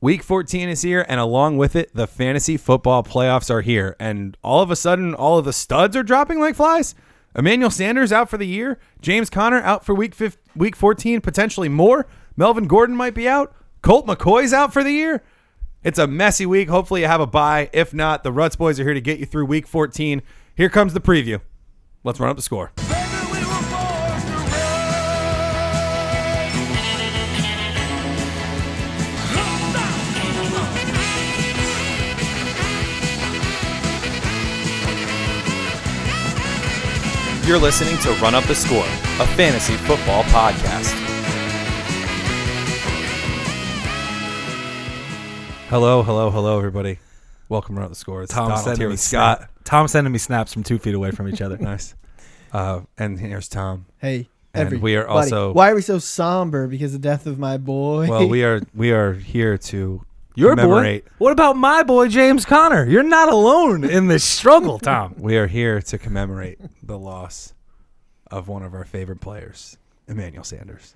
Week 14 is here, and along with it, the fantasy football playoffs are here. And all of a sudden, all of the studs are dropping like flies. Emmanuel Sanders out for the year, James Conner out for week 15, week 14, potentially more. Melvin Gordon might be out. Colt McCoy's out for the year. It's a messy week. Hopefully, you have a bye. If not, the Ruts boys are here to get you through week 14. Here comes the preview. Let's run up the score. Baby, we were born to run. You're listening to Run Up the Score, a fantasy football podcast. Hello, hello, hello, everybody. Welcome to Run Up the Score. It's Tom Donald sending here me with Scott. Sna- Tom sending me snaps from two feet away from each other. Nice. Uh, and here's Tom. Hey, And everybody. we are also- Why are we so somber? Because the death of my boy. Well, we are we are here to Your boy. commemorate. What about my boy James Connor? You're not alone in this struggle, Tom. We are here to commemorate the loss of one of our favorite players, Emmanuel Sanders.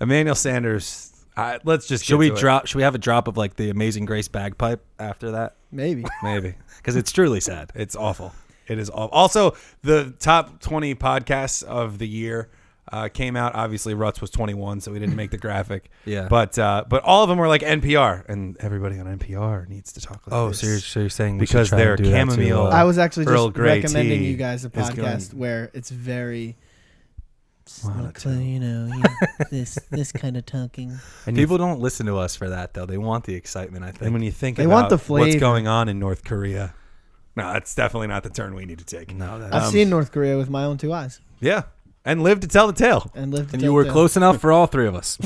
Emmanuel Sanders. I, let's just Should get we to it. drop? Should we have a drop of like the Amazing Grace bagpipe after that? maybe. Maybe Because it's truly sad. it's awful. It is awful. Also, the top twenty podcasts of the year uh, came out. Obviously, Ruts was twenty one, so we didn't make the graphic. Yeah. but uh, but all of them were like NPR, and everybody on NPR needs to talk. Oh, Like this. you're saying Because they're chamomile. I was actually Earl just Grey recommending tea you guys a is going- podcast where it's very. it's Monotone. not clear, You know, you- this this kind of talking. And you People don't listen to us for that though. They want the excitement. I And think. when you think They about want the what's flavor. going on in North Korea, no, that's definitely not the turn we need to take. no, that, Um, I've seen North Korea with my own two eyes Yeah, and live to tell the tale. and lived. to and tell you were the tale. close enough for all three of us.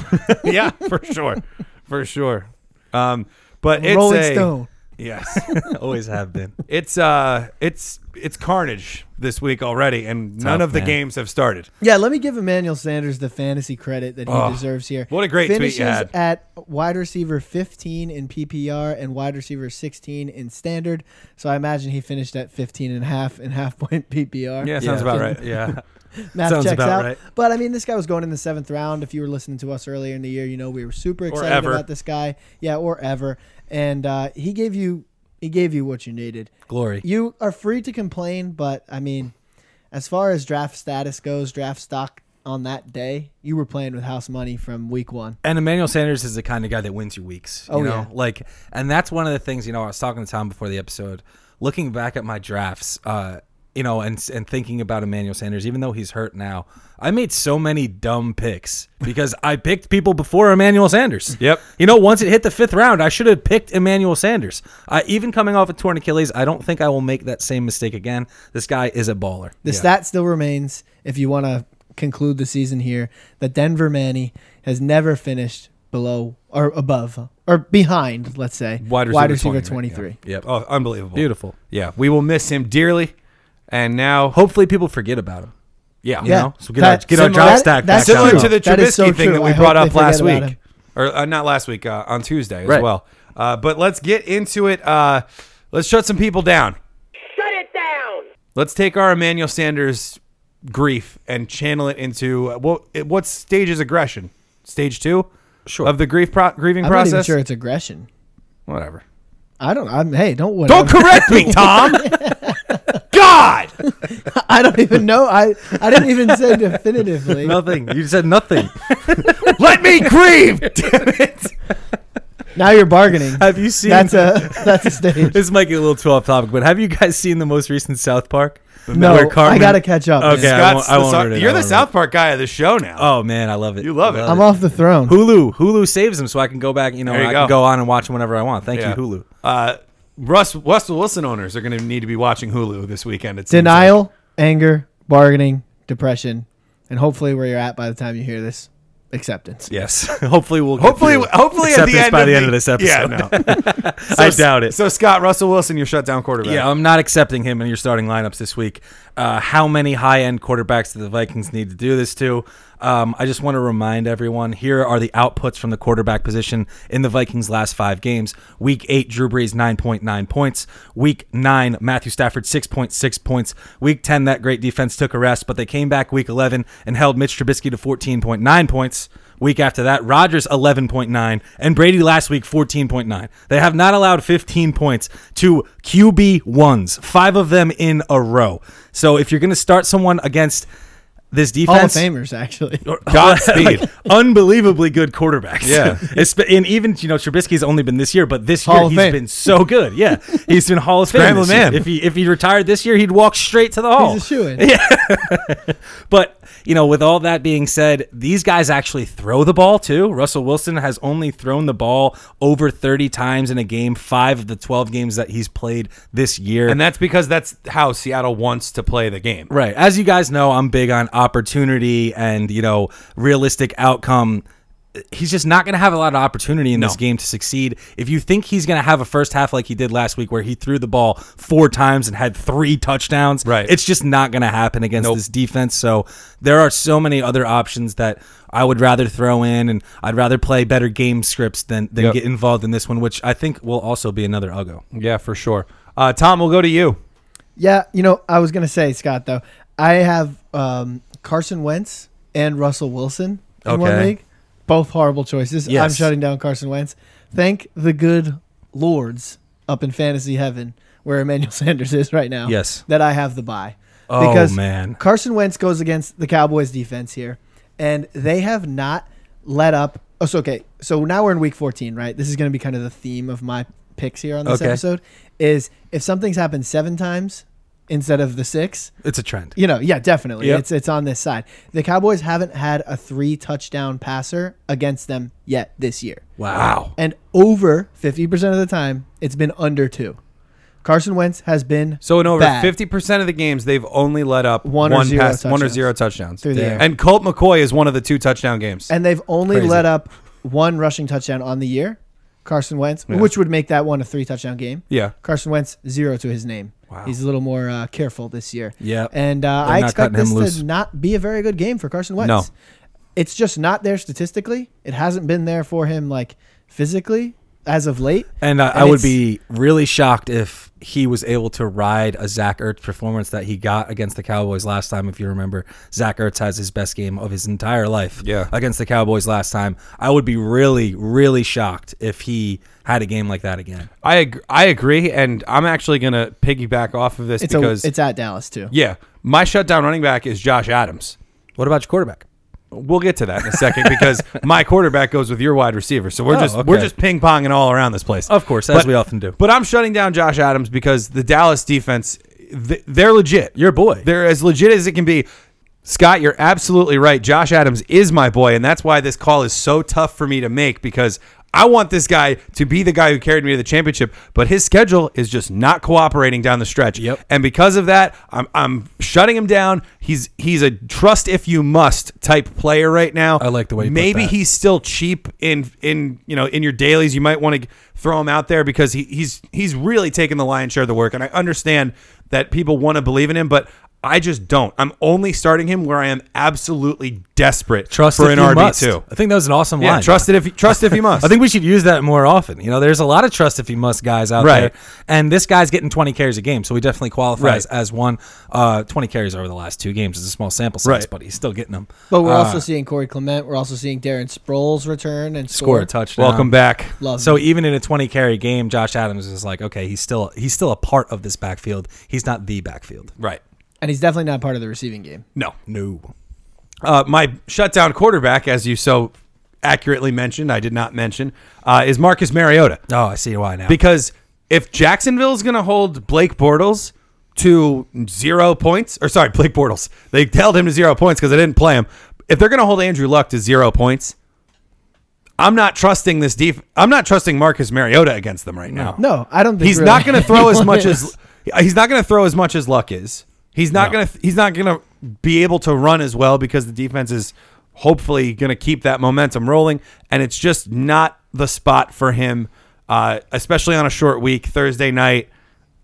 yeah, for sure, for sure. Um, but it's Rolling a Stone. yes, Always have been. it's uh, it's it's carnage this week already, and none Tough, of the man. games have started. Yeah, let me give Emmanuel Sanders the fantasy credit that he Oh, deserves here. what a great tweet you Finishes had. at wide receiver 15 in PPR and wide receiver 16 in standard. So I imagine he finished at 15 and a half in half point PPR. Yeah, sounds about right. Yeah. Math Sounds checks about out. right. But I mean, this guy was going in the seventh round. If you were listening to us earlier in the year, you know we were super excited ever. about this guy. Yeah, or ever. And uh, he gave you he gave you what you needed. Glory. You are free to complain, but I mean, as far as draft status goes, draft stock on that day, you were playing with house money from week one. And Emmanuel Sanders is the kind of guy that wins your weeks. You Oh, know? yeah. Like and that's one of the things, you know, I was talking to Tom before the episode, looking back at my drafts, uh, you know, and and thinking about Emmanuel Sanders, even though he's hurt now, I made so many dumb picks because I picked people before Emmanuel Sanders. Yep. You know, once it hit the fifth round, I should have picked Emmanuel Sanders. I even coming off a torn Achilles, I don't think I will make that same mistake again. This guy is a baller. The stat still remains, if you want to conclude the season here, that Denver Manny has never finished below or above or behind, let's say, Wide receiver 20, 23. Yep. Oh, unbelievable, Beautiful. Yeah, we will miss him dearly, and now Hopefully people forget about him. yeah, You know? So get our- get our that- job stack back that's similar true. to the That Trubisky is so thing true. that I we hope brought they up last forget about week, him. or uh, not last week uh, on Tuesday as Right. well. Uh, but let's get into it. Uh, let's shut some people down. Shut it down! Let's take our Emmanuel Sanders grief and channel it into uh, what what stage is aggression? Stage two, Sure. of the grief pro- grieving I'm process. not even sure it's aggression. Whatever. I don't. I'm. Hey, don't. Whatever. Don't correct me, Tom. God. I don't even know. I. I didn't even say definitively. Nothing. You said nothing. Let me grieve. Damn it. Now you're bargaining. Have you seen? That's a. That's a stage. this might get a little too off topic, but have you guys seen the most recent South Park? No, Where Cartman- I gotta catch up. man. Okay, I won't, Scott's I the won't Sou- read it, I you're the won't read South Park guy of the show now. it. Oh man, I love it. You love it. I'm off the throne. Hulu. Hulu saves them, so I can go back. You know, There you I can go. go on and watch them whenever I want. Thank Yeah. you, Hulu. Uh, Russ Russell Wilson owners are going to need to be watching Hulu this weekend. It's Denial, anger, bargaining, depression, and hopefully where you're at by the time you hear this, acceptance. Yes. Hopefully, we'll get Hopefully, through hopefully at the acceptance end by of the end of this episode. Yeah, no. I doubt it. So Scott Russell Wilson, your shutdown quarterback. yeah, I'm not accepting him in your starting lineups this week. Uh, how many high end quarterbacks do the Vikings need to do this to? Um, I just want to remind everyone here are the outputs from the quarterback position in the Vikings' last five games. Week eight, Drew Brees, 9.9 points. Week nine, Matthew Stafford, 6.6 points. Week 10, that great defense took a rest, but they came back week 11 and held Mitch Trubisky to 14.9 points. Week after that, Rodgers 11.9 and Brady last week 14.9. They have not allowed 15 points to QB ones, five of them in a row. So if you're going to start someone against this Hall defense, of Famers, actually. Godspeed, unbelievably good quarterbacks. Yeah. Espe- and even you know Trubisky's only been this year, but this year Hall he's of Fame. been so good. Yeah, he's been Hall of Fame. Scramble this year. man. If he if he retired this year, he'd walk straight to the Hall. He's a shoe in. But you know, with all that being said, these guys actually throw the ball too. Russell Wilson has only thrown the ball over 30 times in a game, five of the 12 games that he's played this year. And that's because that's how Seattle wants to play the game. Right. As you guys know, I'm big on opportunity and, you know, realistic outcome. He's just not going to have a lot of opportunity in this game to succeed. If you think he's going to have a first half like he did last week, where he threw the ball four times and had three touchdowns, Right. it's just not going to happen against this defense. So there are so many other options that I would rather throw in, and I'd rather play better game scripts than, than Yep. get involved in this one, which I think will also be another Ugo. Yeah, for sure. Uh, Tom, we'll go to you. Yeah, you know, I was gonna say Scott though. I have um, Carson Wentz and Russell Wilson in one Okay. league. Both horrible choices. I'm Yes. shutting down Carson Wentz. Thank the good lords up in fantasy heaven where Emmanuel Sanders is right now. Yes. that I have the buy Oh, man. Carson Wentz goes against the Cowboys defense here, and they have not let up. Oh, so okay. So now we're in week 14, right? This is going to be kind of the theme of my picks here on this Okay. episode is if something's happened seven times instead of the six, It's a trend. you know, yeah, definitely. Yep. It's it's on this side. The Cowboys haven't had a three touchdown passer against them yet this year. Wow. And over 50% of the time, it's been under 2. Carson Wentz has been So in over bad. fifty percent of the games, they've only let up One or zero pass, one or touchdowns. zero touchdowns. Through the air. And Colt McCoy is one of the two touchdown games. And they've only Crazy. let up one rushing touchdown on the year, Carson Wentz, which would make that one a three touchdown game. yeah, Carson Wentz, zero to his name. He's a little more uh, careful this year. Yep. And uh, They're I not expect cutting him this loose. to not be a very good game for Carson Wentz. No. It's just not there statistically. It hasn't been there for him, like, physically as of late. And, I I would it's- be really shocked if he was able to ride a Zach Ertz performance that he got against the Cowboys last time. If you remember, Zach Ertz has his best game of his entire life Yeah. against the Cowboys last time. I would be really, really shocked if he had a game like that again. I ag- I agree, and I'm actually gonna piggyback off of this It's, because a, it's at Dallas, too. yeah, my shutdown running back is Josh Adams. What about your quarterback? We'll get to that in a second because my quarterback goes with your wide receiver. So we're Oh, just we're okay. just ping ponging all around this place. Of course, as But- we often do. But I'm shutting down Josh Adams because the Dallas defense, th- they're legit. Your boy. They're as legit as it can be. Scott, you're absolutely right. Josh Adams is my boy, and that's why this call is so tough for me to make because I want this guy to be the guy who carried me to the championship, but his schedule is just not cooperating down the stretch. Yep. And because of that, I'm I'm shutting him down. He's he's a trust if you must type player right now. I like the way you put maybe that. he he's still cheap in in you know in your dailies. You might want to throw him out there because he, he's he's really taking the lion's share of the work. And I understand that people want to believe in him, but I just don't. I'm only starting him where I am absolutely desperate Trust for an if you RB must. two. I think that was an awesome Yeah, line. trust it if trust if you must. I think we should use that more often. You know, there's a lot of trust if you must guys out Right. there, and this guy's getting 20 carries a game, so he definitely qualifies Right. as one. Uh, 20 carries over the last two games is a small sample size, Right. but he's still getting them. But we're Uh, also seeing Corey Clement. We're also seeing Darren Sproles return and score score. a touchdown. Welcome back. Love So it. even in a 20 carry game, Josh Adams is like, okay, he's still he's still a part of this backfield. He's not the backfield. Right. and he's definitely not part of the receiving game. No. No. Uh, my shutdown quarterback, as you so accurately mentioned, I did not mention, uh, is Marcus Mariota. Oh, I see why now. Because if Jacksonville's going to hold Blake Bortles to zero points, or sorry, Blake Bortles, they held him to zero points because they didn't play him. If they're going to hold Andrew Luck to zero points, I'm not trusting this def. I'm not trusting Marcus Mariota against them right now. No, I don't think he's really not going to throw as anyone much is. as he's not going to throw as much as Luck is. He's not going to he's not going to be able to run as well because the defense is hopefully going to keep that momentum rolling, and it's just not the spot for him, uh, especially on a short week Thursday night.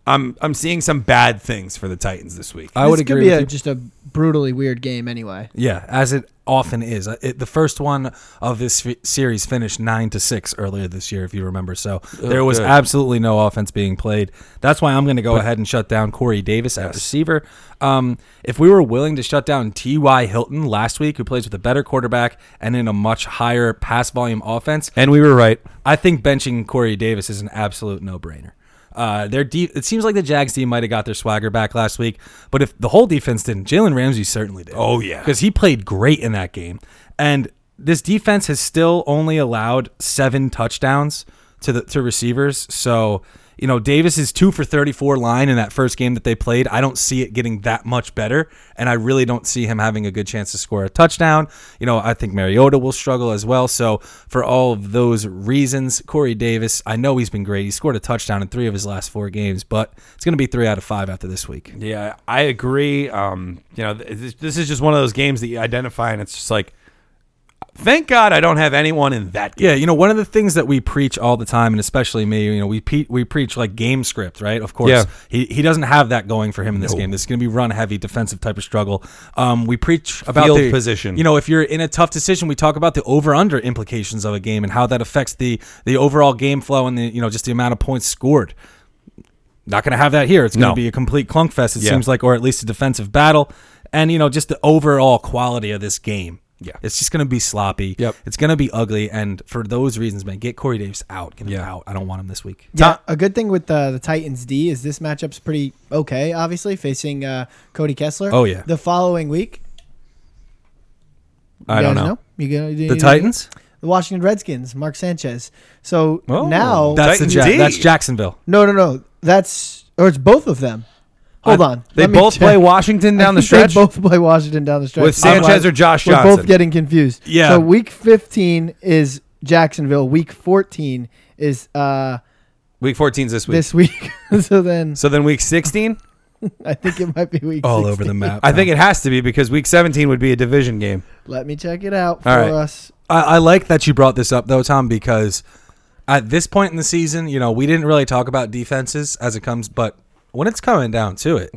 I'm I'm seeing some bad things for the Titans this week. I would this could agree be with a, you. just a brutally weird game anyway. Yeah, as it often is. Uh, It, the first one of this f- series finished nine to six earlier this year, if you remember. So there was good. absolutely no offense being played. That's why I'm going to go ahead and shut down Corey Davis at receiver. Um, if we were willing to shut down T.Y. Hilton last week, who plays with a better quarterback and in a much higher pass volume offense, and we were right. I think benching Corey Davis is an absolute no-brainer. Uh, their de- it seems like the Jags team might have got their swagger back last week, but if the whole defense didn't, Jalen Ramsey certainly did. Oh, yeah. because he played great in that game, and this defense has still only allowed seven touchdowns to the to receivers. So you know Davis is two for thirty four line in that first game that they played. I don't see it getting that much better, and I really don't see him having a good chance to score a touchdown. You know I think Mariota will struggle as well. So for all of those reasons, Corey Davis, I know he's been great. He scored a touchdown in three of his last four games, but it's going to be three out of five after this week. Yeah, I agree. Um, you know, th- this, this is just one of those games that you identify, and it's just like, thank God I don't have anyone in that game. Yeah, you know, one of the things that we preach all the time, and especially me, you know, we pe- we preach like game script, right? Of course, Yeah. he he doesn't have that going for him in this game. This is going to be run heavy, defensive type of struggle. Um, we preach about Field the- position. You know, if you're in a tough decision, we talk about the over under implications of a game and how that affects the the overall game flow and the you know just the amount of points scored. Not going to have that here. It's going to No. be a complete clunk fest. It Yeah. seems like, or at least a defensive battle, and you know just the overall quality of this game. Yeah. it's just going to be sloppy. Yep. It's gonna be ugly, and for those reasons, man, get Corey Davis out. Get him Yeah. out. I don't want him this week. Tom- Yeah, a good thing with uh, the Titans D is this matchup's pretty okay. Obviously, facing uh, Cody Kessler. Oh, yeah. The following week, I you don't guys know. You go, you The know- Titans. the Washington Redskins, Mark Sanchez. So Oh, now, that- That's the Titans ja- D. that's Jacksonville. no, no, no. That's or it's both of them. Hold on, They let me both check. play Washington down I the think they stretch both play Washington down the stretch with Sanchez Otherwise, or Josh We're Johnson. both getting confused. Yeah. So week 15 is Jacksonville. Week 14 is uh week 14 is this week. this week. so then so then week 16, I think it might be week. All 16. over the map. I think it has to be because week 17 would be a division game. Let me check it out for All right. us. I, I like that you brought this up though, Tom, because at this point in the season, you know, we didn't really talk about defenses as it comes, but when it's coming down to it,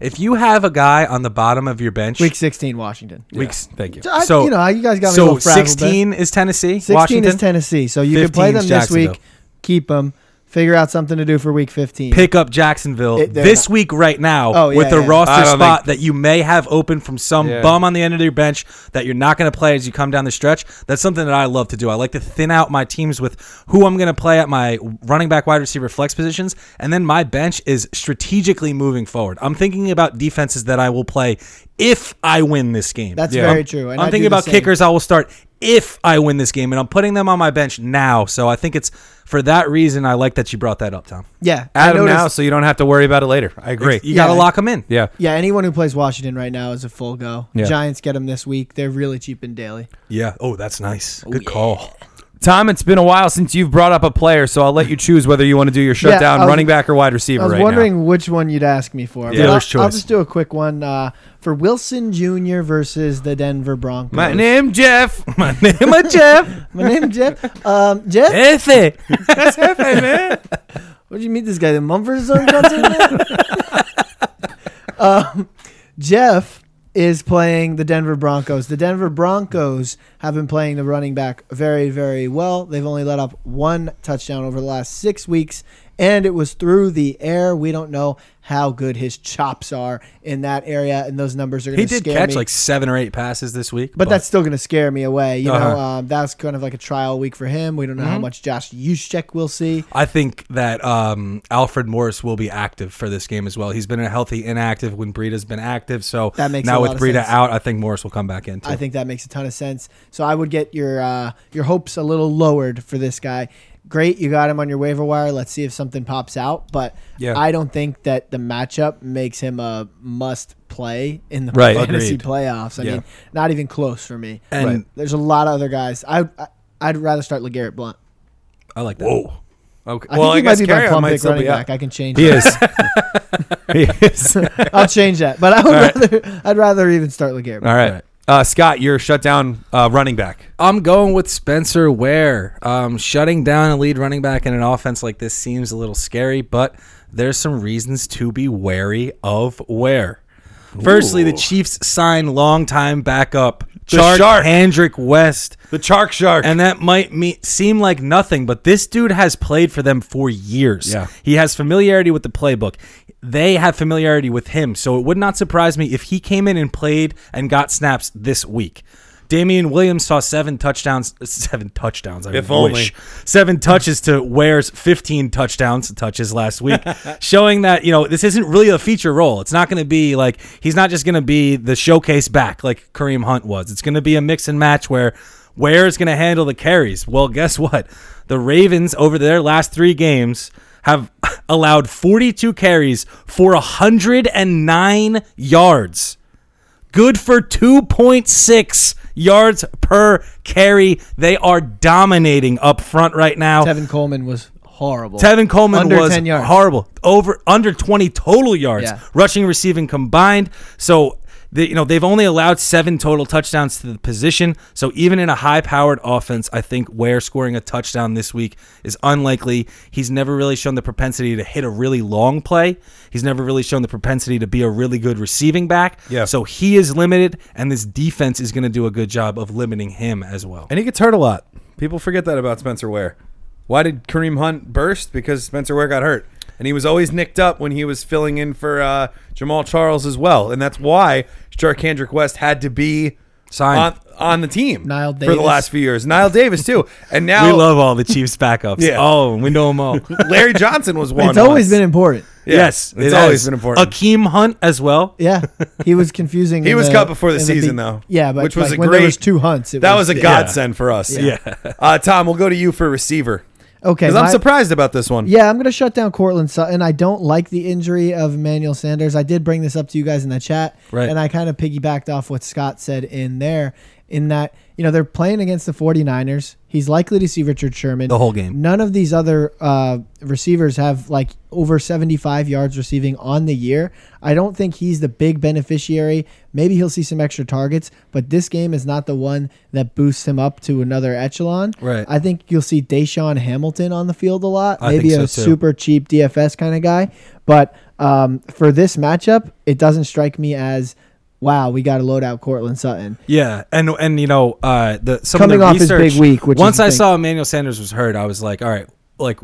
if you have a guy on the bottom of your bench, Week 16, Washington. Weeks. Thank you. So, I- so- you know, you guys got me a so little frazzled there. 16 is Tennessee. 16 Washington. is Tennessee. So you can play 15 them is this week, Jacksonville. keep them, figure out something to do for week 15. pick up Jacksonville It- they're this not- week right now Oh, yeah, with a yeah. I roster don't spot that you may have open from some Yeah. bum on the end of your bench that you're not going to play as you come down the stretch. That's something that I love to do. I like to thin out my teams with who I'm going to play at my running back, wide receiver, flex positions, and then my bench is strategically moving forward. I'm thinking about defenses that I will play if I win this game. That's Yeah. very I'm- true. and I I'm do thinking the about same. kickers. I will start if I win this game, and I'm putting them on my bench now. So I think it's for that reason. I like that you brought that up, Tom. Yeah. I Add them noticed- e- now so you don't have to worry about it later. I agree. You got Yeah. to lock them in. Yeah. Yeah, anyone who plays Washington right now is a full go. Yeah. Giants get them this week. They're really cheap and daily. Yeah. Oh, that's nice. Good call. Tom, it's been a while since you've brought up a player, so I'll let you choose whether you want to do your shutdown I was- running back or wide receiver I was right wondering now. which one you'd ask me for. Yeah. but I'll, Dealer's I'll choice. just do a quick one uh, for Wilson Jr. versus the Denver Broncos. My name Jeff. My name is Jeff. My name is Jeff. Um, Jeff, Efe. what did you meet this guy? The Mumford and Son comes in there? um, Jeff is playing the Denver Broncos. The Denver Broncos have been playing the running back very, very well. They've only let up one touchdown over the last six weeks, and it was through the air. We don't know how good his chops are in that area, and those numbers are going He to scare did catch me. like seven or eight passes this week. But that's still going to scare me away. You know, Uh-huh. Mm-hmm. um, that's kind of like a trial week for him. We don't know how much Josh Juszczyk will see. I think that um, Alfred Morris will be active for this game as well. He's been a healthy inactive when Breida's been active. So That makes a now lot with of Breida sense. out, I think Morris will come back in. Too. I think that makes a ton of sense. So I would get your uh, your hopes a little lowered for this guy. Great, you got him on your waiver wire. Let's see if something pops out. But Yeah. I don't think that the matchup makes him a must play in the Right. fantasy Agreed. playoffs. I Yeah. mean, not even close for me. And- Right. there's a lot of other guys. I, I I'd rather start Legarrette Blunt. I like that. Whoa. Okay. I well, think he I might guess be my Carrion plum might pick still running be up. back. I can change. He is. he is. All I'll change that. But I would rather I'd rather even start Legarrette. right. right. Uh, Scott, your shutdown uh, running back. I'm going with Spencer Ware. Um, shutting down a lead running back in an offense like this seems a little scary, but there's some reasons to be wary of Ware. Firstly, the Chiefs signed longtime backup Chark Shark. Hendrick West, The Chark Shark. and that might me- seem like nothing, but this dude has played for them for years. Yeah. He has familiarity with the playbook. They have familiarity with him, so it would not surprise me if he came in and played and got snaps this week. Damian Williams saw seven touchdowns, seven touchdowns. I If wish. only. Seven touches to Ware's 15 touchdowns touches last week, showing that, you know, this isn't really a feature role. It's not going to be like, he's not just going to be the showcase back like Kareem Hunt was. It's going to be a mix and match where Ware is going to handle the carries. Well, guess what? The Ravens, over their last three games, have allowed 42 carries for 109 yards good for 2.6 yards per carry. They are dominating up front right now. Tevin, Tevin Coleman was horrible. Coleman Under was 10 yards. horrible. Over under 20 total yards, Yeah. rushing, receiving combined. So. The, you know they've only allowed seven total touchdowns to the position, so even in a high-powered offense, I think Ware scoring a touchdown this week is unlikely. He's never really shown the propensity to hit a really long play. He's never really shown the propensity to be a really good receiving back. Yeah. So he is limited, and this defense is going to do a good job of limiting him as well. And he gets hurt a lot. People forget that about Spencer Ware. Why did Kareem Hunt burst? Because Spencer Ware got hurt. And he was always nicked up when he was filling in for uh, Jamal Charles as well. And that's why Kendrick West had to be Signed. on, on the team Niall for the Davis. last few years. Niall Davis, too. And now we love all the Chiefs backups. Yeah. Oh, we know them all. Larry Johnson was one. it's always once. been important. Yeah, yes, It's it always has. been important. Akeem Hunt as well. Yeah, he was confusing. He in was the- cut before the in season, beat- though, Yeah, but which was like, a when there was great- two hunts. it that was a yeah. godsend for us. Yeah. Uh, Tom, we'll go to you for receiver. Okay, Because I'm my- surprised about this one. Yeah, I'm going to shut down Cortland Sutton. I don't like the injury of Emmanuel Sanders. I did bring this up to you guys in the chat, Right. and I kind of piggybacked off what Scott said in there, in that, you know, they're playing against the 49ers. He's likely to see Richard Sherman. The whole game. None of these other uh, receivers have, like, over 75 yards receiving on the year. I don't think he's the big beneficiary. Maybe he'll see some extra targets, but this game is not the one that boosts him up to another echelon. Right. I think you'll see Deshaun Hamilton on the field a lot I maybe think so, a too. super cheap DFS kind of guy. But um, for this matchup, it doesn't strike me as wow, we got to load out Cortland Sutton. Yeah, and and you know uh, the some Coming of the off his research, big week, which is once the I thing. saw Emmanuel Sanders was hurt, I was like, all right, like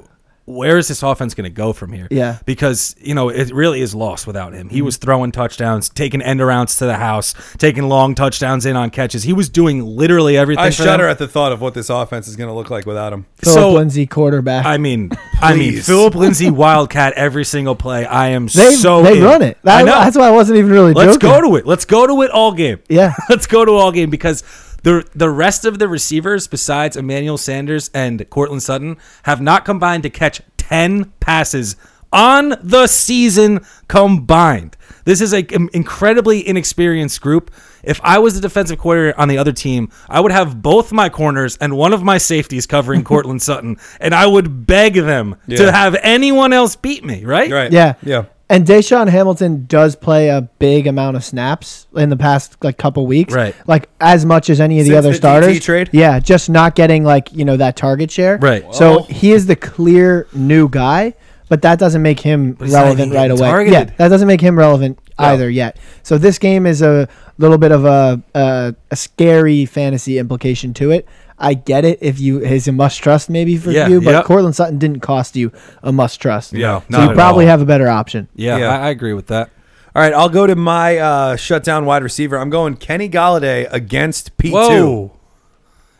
where is this offense going to go from here? Yeah. Mm-hmm. because you know it really is lost without him. He was throwing touchdowns, taking end arounds to the house, taking long touchdowns in on catches. He was doing literally everything. I for shudder them. at the thought of what this offense is going to look like without him. Philip So- Lindsay quarterback. I mean, I mean, Please. Philip Lindsay Wildcat every single play. I am they so they in. run it. That- I know. That's why I wasn't even really Let's joking. go to it. Let's go to it all game. Yeah. Let's go to all game because the the rest of the receivers besides Emmanuel Sanders and Cortland Sutton have not combined to catch 10 passes on the season combined. This is an incredibly inexperienced group. If I was the defensive coordinator on the other team, I would have both my corners and one of my safeties covering Cortland Sutton, and I would beg them Yeah. to have anyone else beat me, right? Right. Yeah. Yeah. And Deshaun Hamilton does play a big amount of snaps in the past like couple weeks. Right. Like as much as any of the Since other the DT starters. trade? Yeah, just not getting like, you know, that target share. Right. So he is the clear new guy, but that doesn't make him he's not relevant even right getting away. targeted. Yeah, that doesn't make him relevant either yet. So this game is a little bit of a, a a scary fantasy implication to it. I get it if you is a must trust maybe for Yeah, you, but yep. Cortland Sutton didn't cost you a must trust. Yeah, so not you at probably all. have a better option. Yeah, Yeah. I, I agree with that. All right, I'll go to my uh, shutdown wide receiver. I'm going Kenny Galladay against P2. Whoa.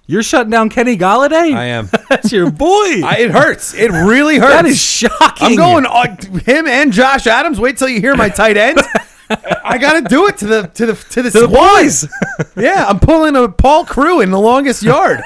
You're shutting down Kenny Galladay? I am. That's your boy. I, it hurts. It really hurts. that is shocking. I'm going on him and Josh Adams. Wait till you hear my tight end. I got to do it to the to the to the, to the boys. Yeah, I'm pulling a Paul Crew in the longest yard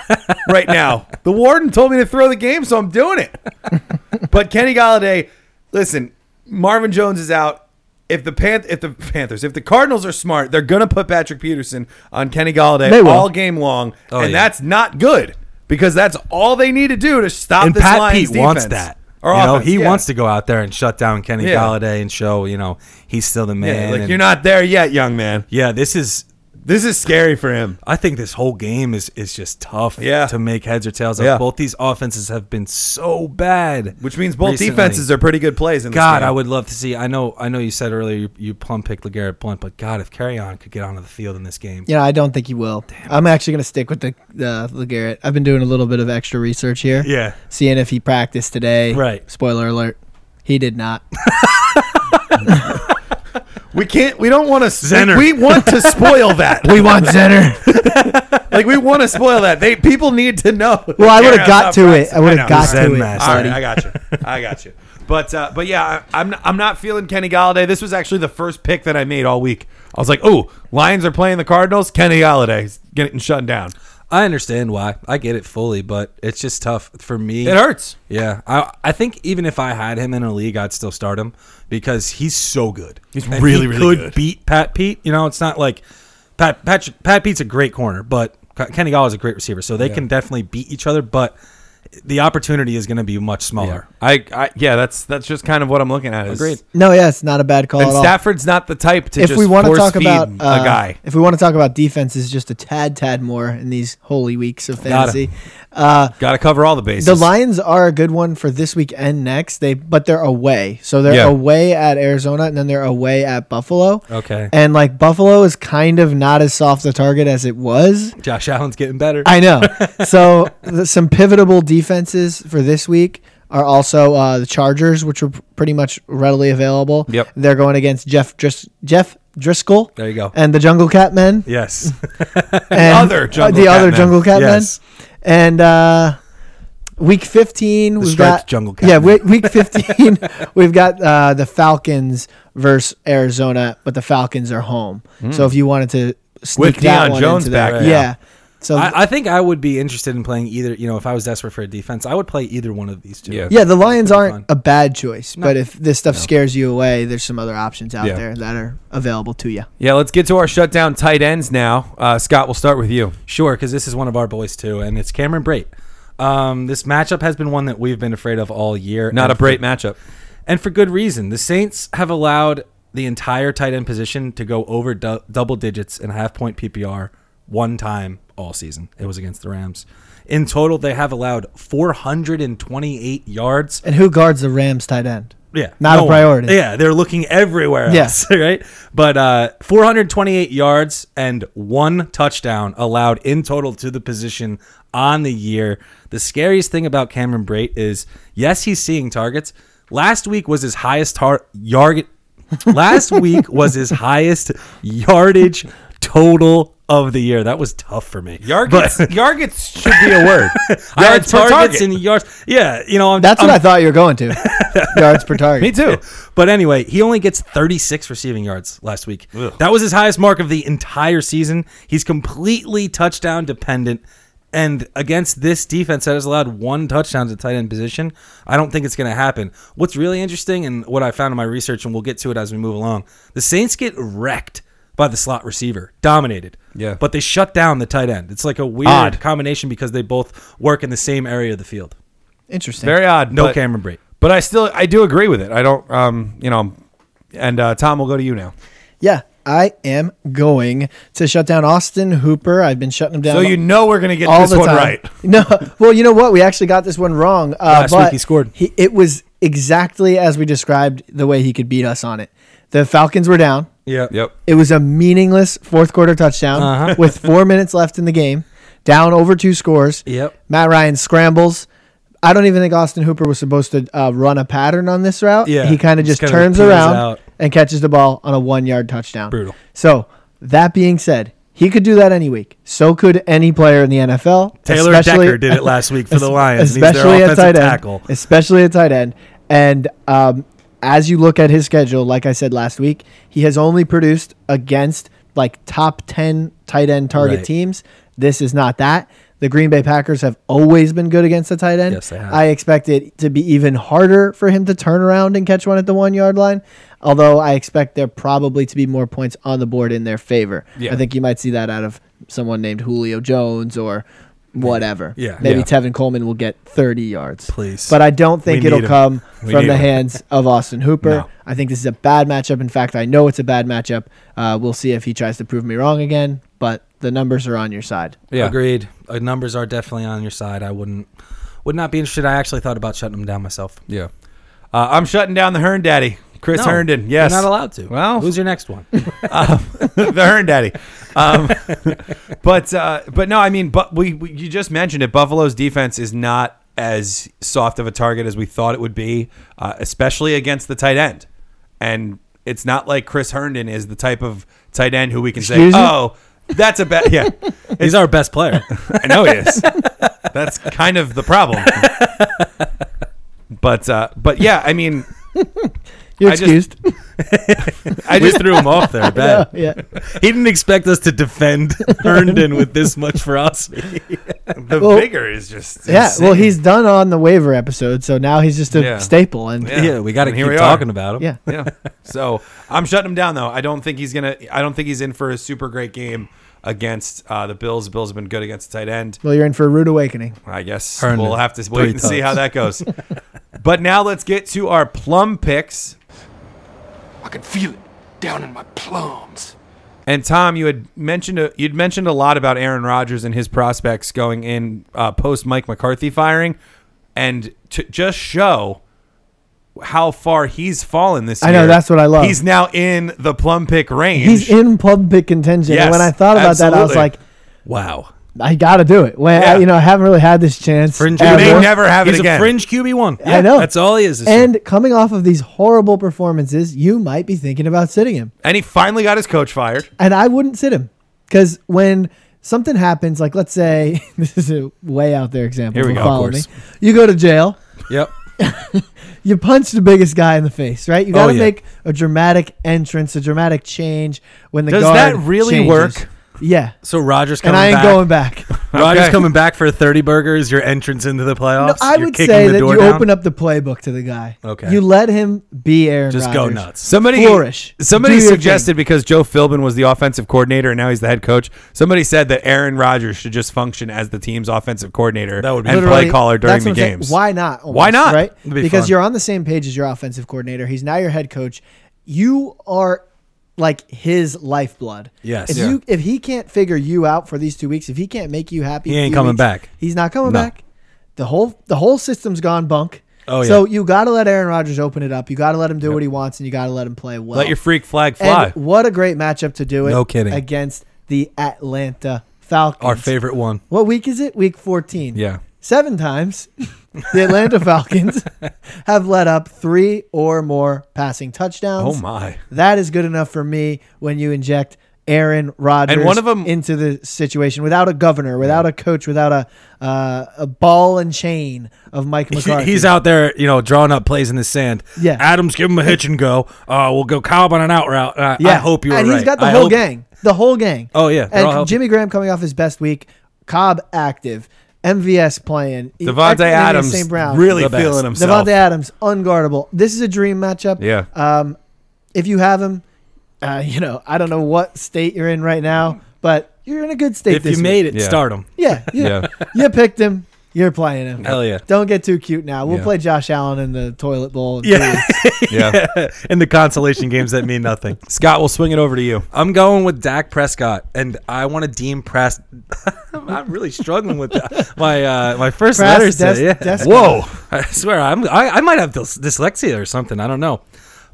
right now. The warden told me to throw the game, so I'm doing it. But Kenny Galladay, listen, Marvin Jones is out. If the Panth- if the Panthers, if the Cardinals are smart, they're gonna put Patrick Peterson on Kenny They Galladay will. all game long, and yeah. that's not good because that's all they need to do to stop and this Pat Lions Pete defense. wants that. Or you know, offense, he yeah. wants to go out there and shut down Kenny Yeah. Galladay and show, you know, he's still the man. Yeah, like and- you're not there yet, young man. Yeah, this is This is scary for him. I think this whole game is is just tough Yeah. to make heads or tails of. Yeah. Both these offenses have been so bad. Which means both recently. defenses are pretty good plays. In this God, game. I would love to see. I know, I know. You said earlier you, you plum picked Legarrette Blunt, but God, if Carry On could get onto the field in this game, Yeah, I don't think he will. I'm actually going to stick with the uh, Legarrette. I've been doing a little bit of extra research here, yeah, seeing if he practiced today. Right. Spoiler alert: he did not. We can't. We don't want to. Zenner. We want to spoil that. we want Zenner. like we want to spoil that. They people need to know. Well, I would Carry have got on, to it. practice. I would know. have got Zen to it. master. All right, Sorry. I got you. I got you. But uh, but yeah, I, I'm not, I'm not feeling Kenny Galladay. This was actually the first pick that I made all week. I was like, oh, Lions are playing the Cardinals. Kenny Galladay's getting shut down. I understand why. I get it fully, but it's just tough for me. It hurts. Yeah, I I think even if I had him in a league, I'd still start him because he's so good. He's really, he really could good. beat Pat Pete. You know, it's not like Pat Pat Pat Pete's a great corner, but K- Kenny Galladay is a great receiver, so they can definitely beat each other. But the opportunity is going to be much smaller. I, I yeah, that's that's just kind of what I'm looking at. Is, Agreed. No, yeah, it's not a bad call And at all. Stafford's not the type to if just we want to force talk feed about a uh, guy. if we want to talk about defenses, just a tad tad more in these holy weeks of fantasy. Uh, Got to cover all the bases. the Lions are a good one for this week and next. They but they're away, so they're Yeah. away at Arizona and then they're away at Buffalo. Okay. and like Buffalo is kind of not as soft a target as it was. Josh Allen's getting better. I know. so th- some pivotable defenses for this week are also uh, the Chargers, which are p- pretty much readily available. Yep. They're going against Jeff Dris- Jeff Driscoll. There you go. And the Jungle Cat Men. yes. and uh, other Jungle the Cat other Men. Jungle Cat Yes. Men. And uh, week 15 we've striped got Jungle Cat Yeah, Men. we- week 15 we've got uh, the Falcons versus Arizona, but the Falcons are home. So if you wanted to With sneak that Deion one Jones into that, back yeah. now. So I, I think I would be interested in playing either. You know, if I was desperate for a defense, I would play either one of these two. Yeah. yeah, the Lions Pretty aren't fun. a bad choice, but if this stuff No. scares you away, there's some other options out Yeah. there that are available to you. yeah, let's get to our shutdown tight ends now. Uh, Scott, we'll start with you. Sure, because this is one of our boys too, and it's Cameron Brait. Um, this matchup has been one that we've been afraid of all year. Not a and for- great matchup. and for good reason. The Saints have allowed the entire tight end position to go over dou- double digits in half point PPR one time all season. It was against the Rams. In total, they have allowed 428 yards And who guards the Rams tight end? yeah, Not a one. priority. Yeah, they're looking everywhere else, right? But uh, 428 yards and one touchdown allowed in total to the position on the year. The scariest thing about Cameron Brait is, yes, he's seeing targets. Last week was his highest tar- yard. Last week was his highest yardage total of the year. That was tough for me. Yargets, But- yargets should be a word. I had Yards per targets target. and yards. Yeah, you know, I'm, That's I'm what I thought you were going to. Yards per target. Me too. But anyway, he only gets 36 receiving yards last week. That was his highest mark of the entire season. He's completely touchdown dependent. And against this defense that has allowed one touchdown to the tight end position, I don't think it's going to happen. What's really interesting and what I found in my research, and we'll get to it as we move along, the Saints get wrecked by the slot receiver, dominated. Yeah. But they shut down the tight end. It's like a weird Odd. combination because they both work in the same area of the field. Interesting. Very odd. No but, Cameron Brate. But I still I do agree with it. I don't um you know and uh, Tom will go to you now. Yeah, I am going to shut down Austin Hooper. I've been shutting him down. So you know we're gonna get all this the one time. right. No, well, you know what? We actually got this one wrong. Uh, Last week but he scored. it was exactly as we described the way he could beat us on it. The Falcons were down. Yeah. Yep. It was a meaningless fourth quarter touchdown Uh-huh. with four minutes left in the game, down over two scores. Yep. Matt Ryan scrambles. I don't even think Austin Hooper was supposed to uh, run a pattern on this route. Yeah. He kind of Just kinda just turns peels around out. and catches the ball on a one yard touchdown. Brutal. So, that being said, he could do that any week. So could any player in the NFL. Taylor especially- Decker did it last week for the Lions. and especially he's their at offensive tight end. tackle. Especially at tight end. And um, as you look at his schedule, like I said last week, he has only produced against like top 10 tight end target Right. teams. This is not that. The Green Bay Packers have always been good against the tight end. Yes, they have. I expect it to be even harder for him to turn around and catch one at the one yard line. Although I expect there probably to be more points on the board in their favor. Yeah. I think you might see that out of someone named Julio Jones or whatever. Yeah. Maybe Yeah. Tevin Coleman will get 30 yards. Please. But I don't think We it'll need him. come We from need the him. hands of Austin Hooper. No. I think this is a bad matchup. In fact, I know it's a bad matchup. Uh, we'll see if he tries to prove me wrong again. but the numbers are on your side. Yeah. Agreed. Uh, numbers are definitely on your side. I wouldn't would not be interested. I actually thought about shutting them down myself. Yeah. Uh, I'm shutting down the Hearn Daddy, Chris No, Herndon. Yes. You're not allowed to. Well- who's your next one? the Hearn Daddy. Um, but uh, but no, I mean, but we, we you just mentioned it. Buffalo's defense is not as soft of a target as we thought it would be, uh, especially against the tight end. And it's not like Chris Herndon is the type of tight end who we can Excuse say, me? oh, that's a bad yeah. He's our best player. I know he is. That's kind of the problem. But uh, but yeah, I mean, You're I just- excused. I we just threw him off there. Bad. yeah. He didn't expect us to defend Herndon with this much ferocity. the Well- vigor is just Yeah, insane. well, he's done on the waiver episode, so now he's just a Yeah. staple. And yeah, Yeah. Yeah, we got to And here keep we talking are. about him. yeah, yeah. So I'm shutting him down though. I don't think he's gonna. I don't think he's in for a super great game against uh, the Bills. The Bills have been good against the tight end. well, you're in for a rude awakening. I guess Herndon, we'll have to three wait and see tugs. how that goes. but now let's get to our plum picks. I can feel it down in my plums. And Tom, you had mentioned a, you'd mentioned a lot about Aaron Rodgers and his prospects going in uh, post Mike McCarthy firing, and to just show how far he's fallen this I year. know, that's what I love. He's now in the plum pick range. He's in public contention. and Yes, when I thought about that, I was absolutely. like, Wow. I got to do it. When Yeah. I, you know, I haven't really had this chance. Fringe ever. may never have it He's again. a fringe QB one. I know. That's all he is. This year. And coming off of these horrible performances, you might be thinking about sitting him. and he finally got his coach fired. and I wouldn't sit him because when something happens, like let's say this is a way out there example. Here we but go, of Follow me. course. You go to jail. yep. You punch the biggest guy in the face, right? Oh, You got to yeah. make a dramatic entrance, a dramatic change when the Does guard that really changes. work? Yeah, So Rogers coming and I ain't back. going back. Rogers Okay. coming back for thirty burgers. Your entrance into the No, playoffs. I You're would kicking say the that door you down. open up the playbook to the guy. Okay. you let him be Aaron. Just go Rodgers. nuts. Somebody Flourish. Do Somebody your suggested because Joe Philbin was the offensive coordinator and now he's the head coach. Somebody said that Aaron Rodgers should just function as the team's offensive coordinator That would be and Literally, play caller during that's the what I'm saying. games. Why not? Why not? Right? It'd be because fun. you're on the same page as your offensive coordinator. He's now your head coach. You are like his lifeblood. Yes. If Yeah. you if he can't figure you out for these two weeks, if he can't make you happy, He a ain't few coming weeks, back. He's not coming No. back. The whole the whole system's gone bunk. Oh, So yeah. you got to let Aaron Rodgers open it up. You got to let him do what he wants, and you got to let him play well. Let your freak flag fly. and what a great matchup to do it. No kidding. Against the Atlanta Falcons. Our favorite one. What week is it? Week 14. Yeah. Seven times, the Atlanta Falcons have let up three or more passing touchdowns. oh my. That is good enough for me when you inject Aaron Rodgers And one of 'em- into the situation without a governor, without a coach, without a uh, a ball and chain of Mike McCarthy. He's out there, you know, drawing up plays in the sand. Yeah. Adams, give him a hitch and go. Uh, we'll go Cobb on an out route. Uh, I hope you are And right. he's got the I whole hope- gang, the whole gang. Oh, yeah, they're all and healthy. Jimmy Graham coming off his best week, Cobb active, MVS playing, Devontae Equinemius Adams St. Brown. really The best. feeling himself. Devontae Adams, unguardable. This is a dream matchup. Yeah. Um, if you have him, uh, you know, I don't know what state you're in right now, but you're in a good state. If this you made it, Yeah. start him. week. yeah, you, Yeah. you picked him. You're playing him. Hell yeah. Don't get too cute now. We'll Yeah. play Josh Allen in the toilet bowl. in two Yeah. weeks. Yeah. in the consolation games that mean nothing. Scott, we'll swing it over to you. I'm going with Dak Prescott, and I want to deem Pres. I'm really struggling with that. my uh, my first Pres- letters des- today. Yeah. des- Whoa. I swear, I'm I, I might have dys- dyslexia or something. I don't know,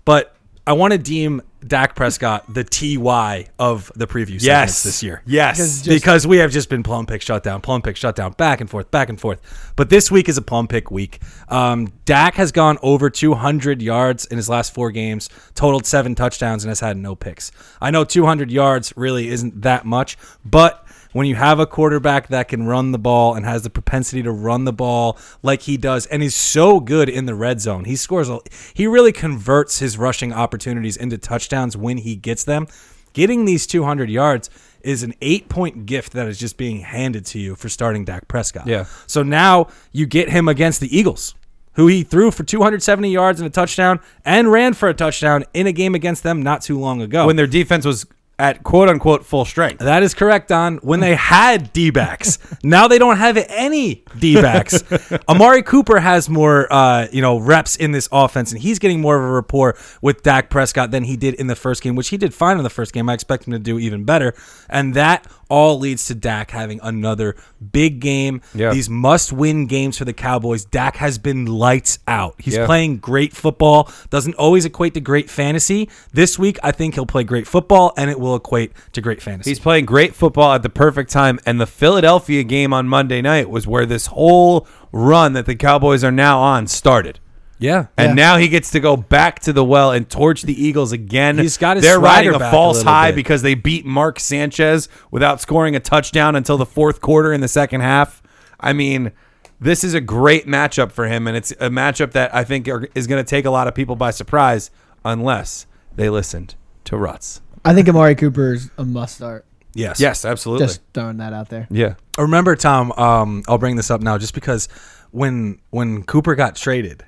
but I want to deem Dak Prescott the Ty of the preview segments Yes. this year. Yes. Just- because we have just been plum pick shutdown, plum pick shutdown, back and forth, back and forth. But this week is a plum pick week. Um, Dak has gone over 200 yards in his last four games, totaled seven touchdowns, and has had no picks. I know 200 yards really isn't that much, but when you have a quarterback that can run the ball and has the propensity to run the ball like he does and is so good in the red zone, he scores. A, he really converts his rushing opportunities into touchdowns when he gets them getting these 200 yards is an eight point gift that is just being handed to you for starting Dak Prescott. Yeah. So now you get him against the Eagles, who he threw for 270 yards and a touchdown and ran for a touchdown in a game against them not too long ago. When their defense was at quote unquote full strength. That is correct, Don. When they had D backs, now they don't have any D backs. Amari Cooper has more, uh, you know, reps in this offense, and he's getting more of a rapport with Dak Prescott than he did in the first game, which he did fine in the first game. I expect him to do even better, and that all leads to Dak having another big game. Yeah. These must win games for the Cowboys. Dak has been lights out. He's Yeah. playing great football. Doesn't always equate to great fantasy. This week, I think he'll play great football and it will equate to great fantasy. He's playing great football at the perfect time, and the Philadelphia game on Monday night was where this whole run that the Cowboys are now on started. yeah. And Yeah. now he gets to go back to the well and torch the Eagles again. He's got his They're swagger riding a back a false little high bit. because they beat Mark Sanchez without scoring a touchdown until the fourth quarter in the second half. I mean, this is a great matchup for him, and it's a matchup that I think are, is going to take a lot of people by surprise unless they listened to Ruts. I think Amari Cooper is a must start. yes. Yes, absolutely. Just throwing that out there. yeah. remember Tom. Um, I'll bring this up now just because when when Cooper got traded,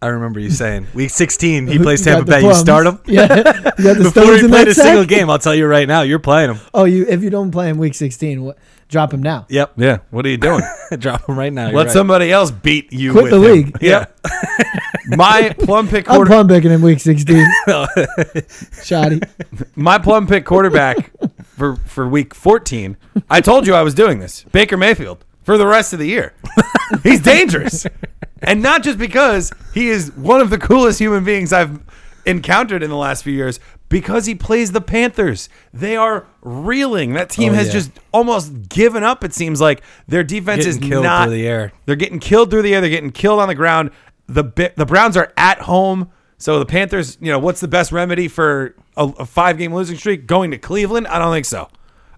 I remember you saying week 16 he plays You got Tampa the Bay. You plums. start him Yeah, you got the before stones he in played that a single sack? game. I'll tell you right now, you're playing him. Oh, you if you don't play him week sixteen, what, drop him now. Yep, Yeah. What are you doing? drop him right now. you're Let right. somebody else beat you. Quit with the him. league. Yep. my plum pick I'm quarter. plum picking him week sixteen. Shoddy. my plum pick quarterback for for week 14. I told you I was doing this. Baker Mayfield for the rest of the year. He's dangerous. And not just because he is one of the coolest human beings I've encountered in the last few years because he plays the Panthers. They are reeling. That team Oh, has yeah. just almost given up it seems like. Their defense Getting is killed not through the air. they're getting killed through the air. They're getting killed on the ground. The Bi- the Browns are at home, so the Panthers. You know, what's the best remedy for a, five game losing streak? Going to Cleveland? I don't think so.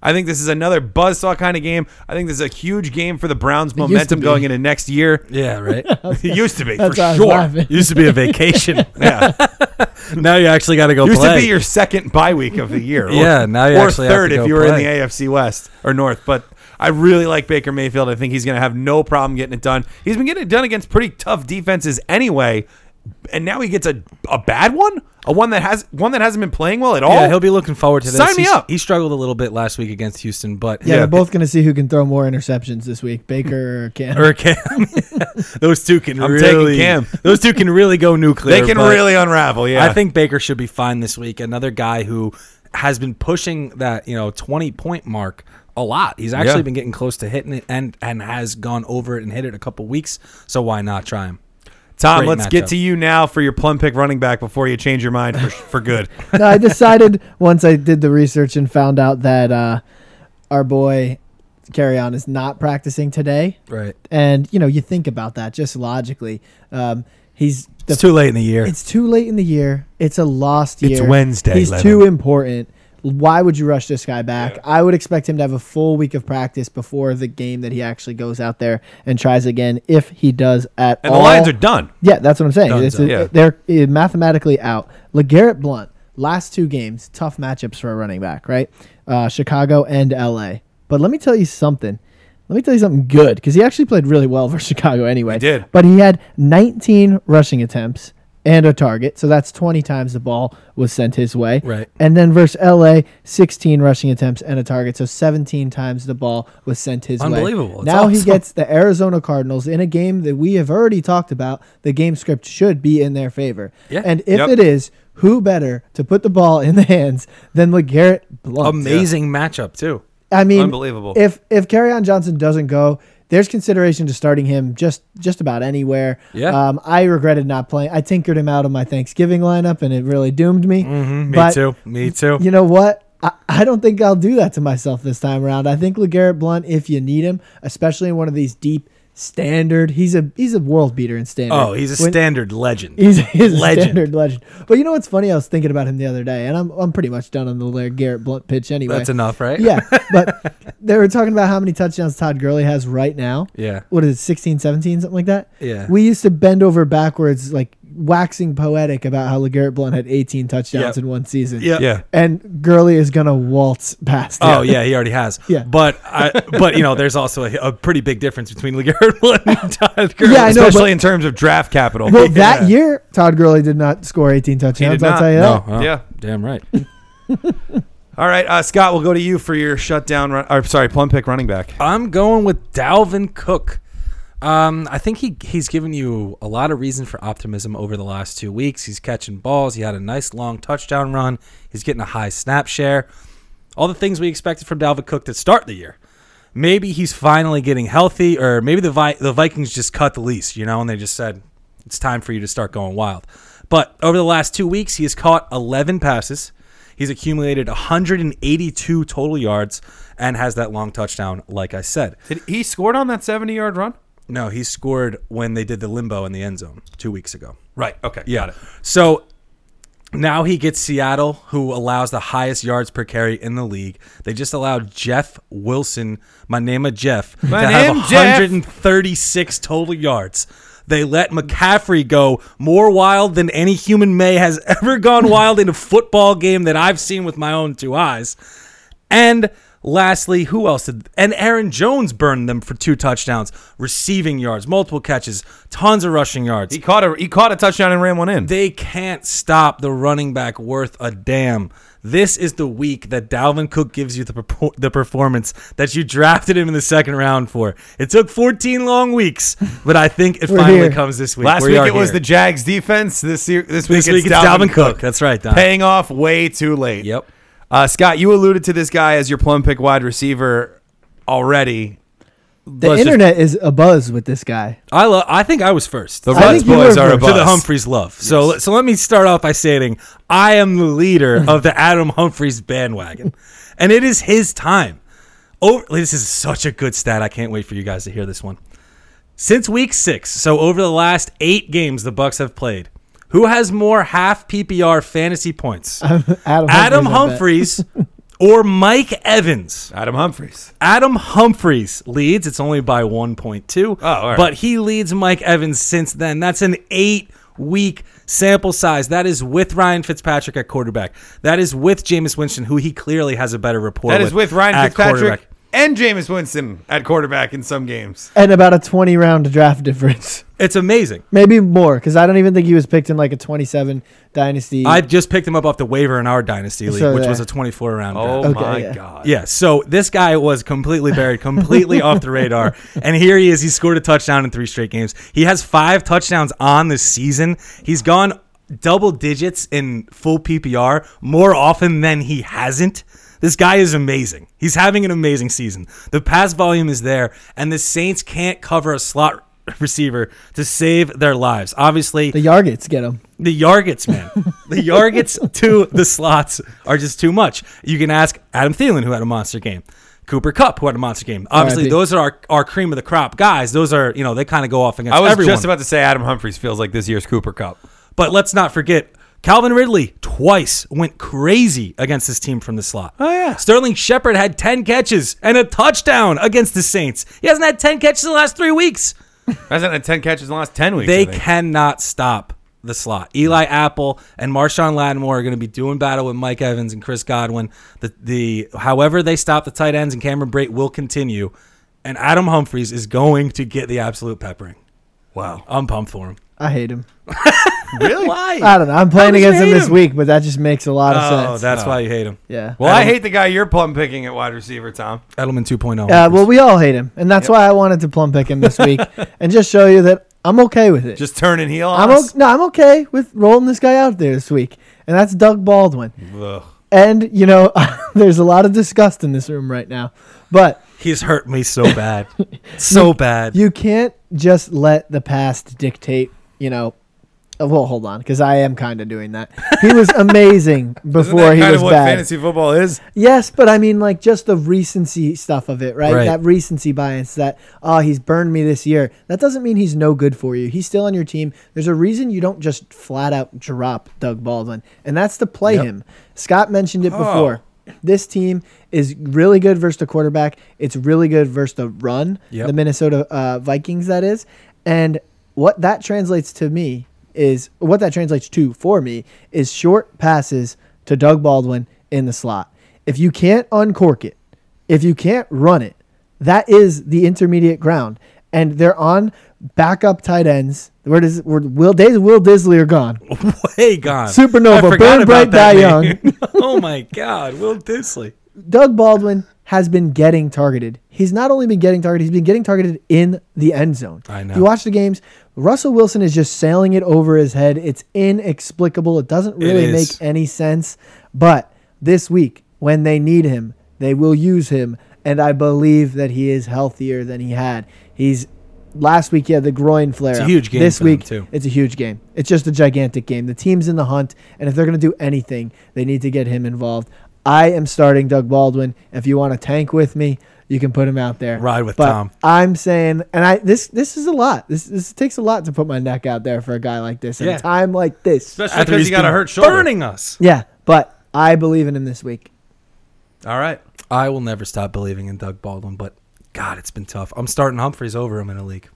I think this is another buzzsaw kind of game. I think this is a huge game for the Browns' used to momentum be. going into next year. Yeah, right. It used to be for That's why I was sure. laughing. Used to be a vacation. Yeah, now you actually got to go used play. to be your second bye week of the year. or- Yeah, now you or actually have third to go if you were play. in the AFC West or North. But I really like Baker Mayfield. I think he's going to have no problem getting it done. He's been getting it done against pretty tough defenses anyway, and now he gets a a bad one, a one that has one that hasn't been playing well at all. yeah, he'll be looking forward to this. Sign me He's- up. He struggled a little bit last week against Houston, but Yeah, Yeah. they're both gonna see who can throw more interceptions this week, Baker or Cam. Or Cam. those two can I'm taking really Cam. Those two can really go nuclear. they can but- really unravel. Yeah, I think Baker should be fine this week. Another guy who has been pushing that you know twenty point mark a lot. He's actually Yeah. been getting close to hitting it and and has gone over it and hit it a couple weeks. So why not try him? Tom, great let's get matchup. to you now for your plum pick running back before you change your mind for, for good. no, I decided once I did the research and found out that uh, our boy Carry On is not practicing today. Right. And, you know, you think about that just logically. Um, he's It's too late in the year. it's too late in the year. It's a lost year. It's Wednesday, He's Levin. too important. Why would you rush this guy back? I would expect him to have a full week of practice before the game that he actually goes out there and tries again, if he does at And all. the Lions are done. Yeah, that's what I'm saying. Dunzo. It's a- Yeah. They're uh, mathematically out. LeGarrette Blunt, last two games, tough matchups for a running back, right? Uh, Chicago and LA. But let me tell you something. Let me tell you something good because he actually played really well for Chicago anyway. He did. But he had 19 rushing attempts and a target. So that's 20 times the ball was sent his way. Right. And then versus LA, 16 rushing attempts and a target. So 17 times the ball was sent his way. Unbelievable. It's now he awesome. gets it's the Arizona Cardinals in a game that we have already talked about. The game script should be in their favor. Yeah. And if Yep. it is, who better to put the ball in the hands than LeGarrette Blunt? Amazing matchup too. I mean, Unbelievable. If if on Johnson doesn't go, there's consideration to starting him just just about anywhere. Yeah. Um, I regretted not playing. I tinkered him out of my Thanksgiving lineup, and it really doomed me. Mm-hmm, Me too. Me too. you know what? I, I don't think I'll do that to myself this time around. I think LeGarrette Blunt, if you need him, especially in one of these deep standard, he's a he's a world beater in standard. oh, he's a When- standard legend. He's, he's a Legend. standard legend. But you know what's funny? I was thinking about him the other day, and I'm, I'm pretty much done on the LeGarrette Blunt pitch anyway. That's enough, right? Yeah, but they were talking about how many touchdowns Todd Gurley has right now. Yeah. What is it, 16, 17, something like that? Yeah. We used to bend over backwards, like waxing poetic about how LeGarrette Blunt had 18 touchdowns Yep. in one season. Yeah. Yeah. And Gurley is going to waltz past him. Oh yeah, he already has. Yeah. but I, but you know, there's also a, a pretty big difference between Legarrette Blount and Todd Gurley. Yeah, I know, but- Especially in terms of draft capital. Well, Yeah. that year, Todd Gurley did not score 18 He touchdowns. did I'll not. tell you No, that. oh, Yeah. damn right. All right, uh, Scott, we'll go to you for your shutdown. Run, or sorry, plum pick running back. I'm going with Dalvin Cook. Um, I think he he's given you a lot of reason for optimism over the last two weeks. He's catching balls. He had a nice long touchdown run. He's getting a high snap share. all the things we expected from Dalvin Cook to start the year. Maybe he's finally getting healthy, or maybe the Vi- the Vikings just cut the lease, you know, and they just said it's time for you to start going wild. But over the last two weeks, he has caught 11 passes. He's accumulated 182 total yards and has that long touchdown, like I said. Did he scored on that 70 yard run? No, he scored when they did the limbo in the end zone two weeks ago. Right. Okay. Yeah. So now he gets Seattle, who allows the highest yards per carry in the league. They just allowed Jeff Wilson, my name of Jeff, to have name Jeff. 136 total yards. They let McCaffrey go more wild than any human may has ever gone wild in a football game that I've seen with my own two eyes. And lastly, who else did? And Aaron Jones burned them for two touchdowns, receiving yards, multiple catches, tons of rushing yards. He caught a he caught a touchdown and ran one in. They can't stop the running back worth a damn. This is the week that Dalvin Cook gives you the perpo- the performance that you drafted him in the second round for. It took 14 long weeks, but I think it We're finally here. comes this week. Last We week it are was here. the Jags defense. This year, this week, this week it's Dalvin, Cook. That's right, Don. Paying off way too late. Yep. Uh, Scott, you alluded to this guy as your plum pick wide receiver already. The Let's just- internet is abuzz with this guy. I lo- I think I was first. the I Ruts think you boys were are first. above. to the Humphreys love. So so let me start off by stating I am the leader of the Adam Humphreys bandwagon, and it is his time. Over this is such a good stat. I can't wait for you guys to hear this one. Since week six, so over the last eight games the Bucks have played, who has more half PPR fantasy points? Adam, Adam Humphries. Humphreys or Mike Evans? Adam Humphreys. Adam Humphreys leads. It's only by 1.2. Oh, all right. But he leads Mike Evans since then. That's an eight week sample size. That is with Ryan Fitzpatrick at quarterback. That is with Jameis Winston, who he clearly has a better rapport That is with Ryan at Fitzpatrick quarterback. and Jameis Winston at quarterback in some games. And about a 20 round draft difference. It's amazing. Maybe more, because I don't even think he was picked in like a 27 Hmm. dynasty. I just picked him up off the waiver in our Dynasty League, So which there. was a 24 round draft. Oh Okay, my yeah. god. Yeah, so this guy was completely buried, completely off the radar. And here he is. He scored a touchdown in three straight games. He has five touchdowns on the season. He's gone double digits in full PPR more often than he hasn't. This guy is amazing. He's having an amazing season. The pass volume is there, and the Saints can't cover a slot receiver to save their lives. Obviously, the Yargits get him. the Yargits, man. the Yargits to the slots are just too much. You can ask Adam Thielen, who had a monster game. Cooper Cup, who had a monster game. Obviously, RIP. those are our, our cream of the crop guys. Those are, you know, they kind of go off against I was everyone. just about to say Adam Humphreys feels like this year's Cooper Cup. but let's not forget, Calvin Ridley twice went crazy against his team from the slot. Oh, yeah. Sterling Shepard had 10 catches and a touchdown against the Saints. He hasn't had 10 catches in the last three weeks. Hasn't had ten catches in the last ten weeks. I They think. cannot stop the slot. Eli Apple and Marshawn Lattimore are going to be doing battle with Mike Evans and Chris Godwin. The the however they stop the tight ends and Cameron Brate will continue, and Adam Humphries is going to get the absolute peppering. Wow. I'm pumped for him. I hate him. Really? Why? I don't know. I'm playing does he against him hate this him? week, but that just makes a lot of Oh, sense. that's why you hate him. yeah. Well, I hate the guy you're plum picking at wide receiver, Tom. Edelman oh. 2.0. Uh, well, we all hate him, and that's why I wanted to plum pick him this week and just show you that I'm okay with it. Just turning heel on I'm o- us. no, I'm okay with rolling this guy out there this week, and that's Doug Baldwin. Ugh. And you know, there's a lot of disgust in this room right now, but He's hurt me so bad, so bad. you can't just let the past dictate. You know, uh, well, hold on, because I am kind of doing that. He was amazing Isn't before that he kind was of what bad. fantasy football is? Yes, but I mean, like, just the recency stuff of it, right? Right. That recency bias that, oh, he's burned me this year. That doesn't mean he's no good for you. He's still on your team. There's a reason you don't just flat out drop Doug Baldwin, and that's to play him. Scott mentioned it before. This team is really good versus the quarterback, it's really good versus the run, Yep. the Minnesota uh, Vikings, that is. And what that translates to me is what that translates to for me is short passes to Doug Baldwin in the slot. If you can't uncork it, if you can't run it, that is the intermediate ground. And they're on backup tight ends. Where does where Will Days Will Disley are gone. Way gone. Supernova, I forgot burn about bright, that die name. oh my God, Will Disley. Doug Baldwin has been getting targeted. He's not only been getting targeted, he's been getting targeted in the end zone. I know. If you watch the games, Russell Wilson is just sailing it over his head. It's inexplicable. It doesn't really is. make any sense. But this week, when they need him. They will use him, and I believe that he is healthier than he had. He's last week he had the groin flare. a huge game This for them, week too. it's a huge game. It's just a gigantic game. The team's in the hunt, and if they're going to do anything, they need to get him involved. I am starting Doug Baldwin. If you want to tank with me, you can put him out there. Ride with But Tom. I'm saying, and I this this is a lot. This this takes a lot to put my neck out there for a guy like this at Yeah. a time like this. Especially After because he's you got a been hurt shoulder. Burning us. yeah, but I believe in him this week. All right. I will never stop believing in Doug Baldwin, but God, it's been tough. I'm starting Humphreys over him in a league.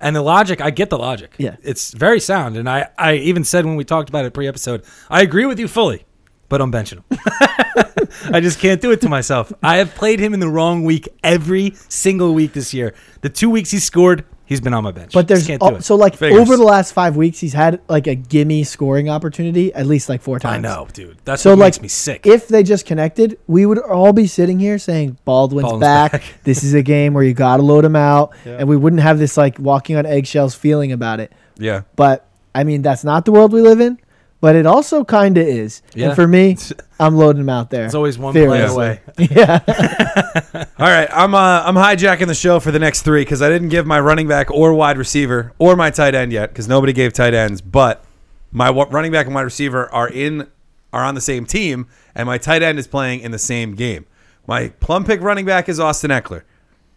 And the logic, I get the logic. Yeah. It's very sound. And I, I even said when we talked about it pre episode, I agree with you fully, but I'm benching him. I just can't do it to myself. I have played him in the wrong week every single week this year. The two weeks he scored, he's been on my bench. Just But there's can't do al- it. so like Figures. over the last five weeks, he's had like a gimme scoring opportunity at least like four times. I know, dude. That's So what like makes me sick. If they just connected, we would all be sitting here saying Baldwin's, Baldwin's back. back. this is a game where you gotta load him out, and we wouldn't have this like walking on eggshells feeling about it. Yeah. But I mean, that's not the world we live in. But it also kind of is. Yeah. And for me, I'm loading him out there. it's always one play Fearlessly. away. Yeah. All right, I'm uh, I'm hijacking the show for the next three because I didn't give my running back or wide receiver or my tight end yet because nobody gave tight ends. But my w- running back and wide receiver are in are on the same team, and my tight end is playing in the same game. My plum pick running back is Austin Eckler.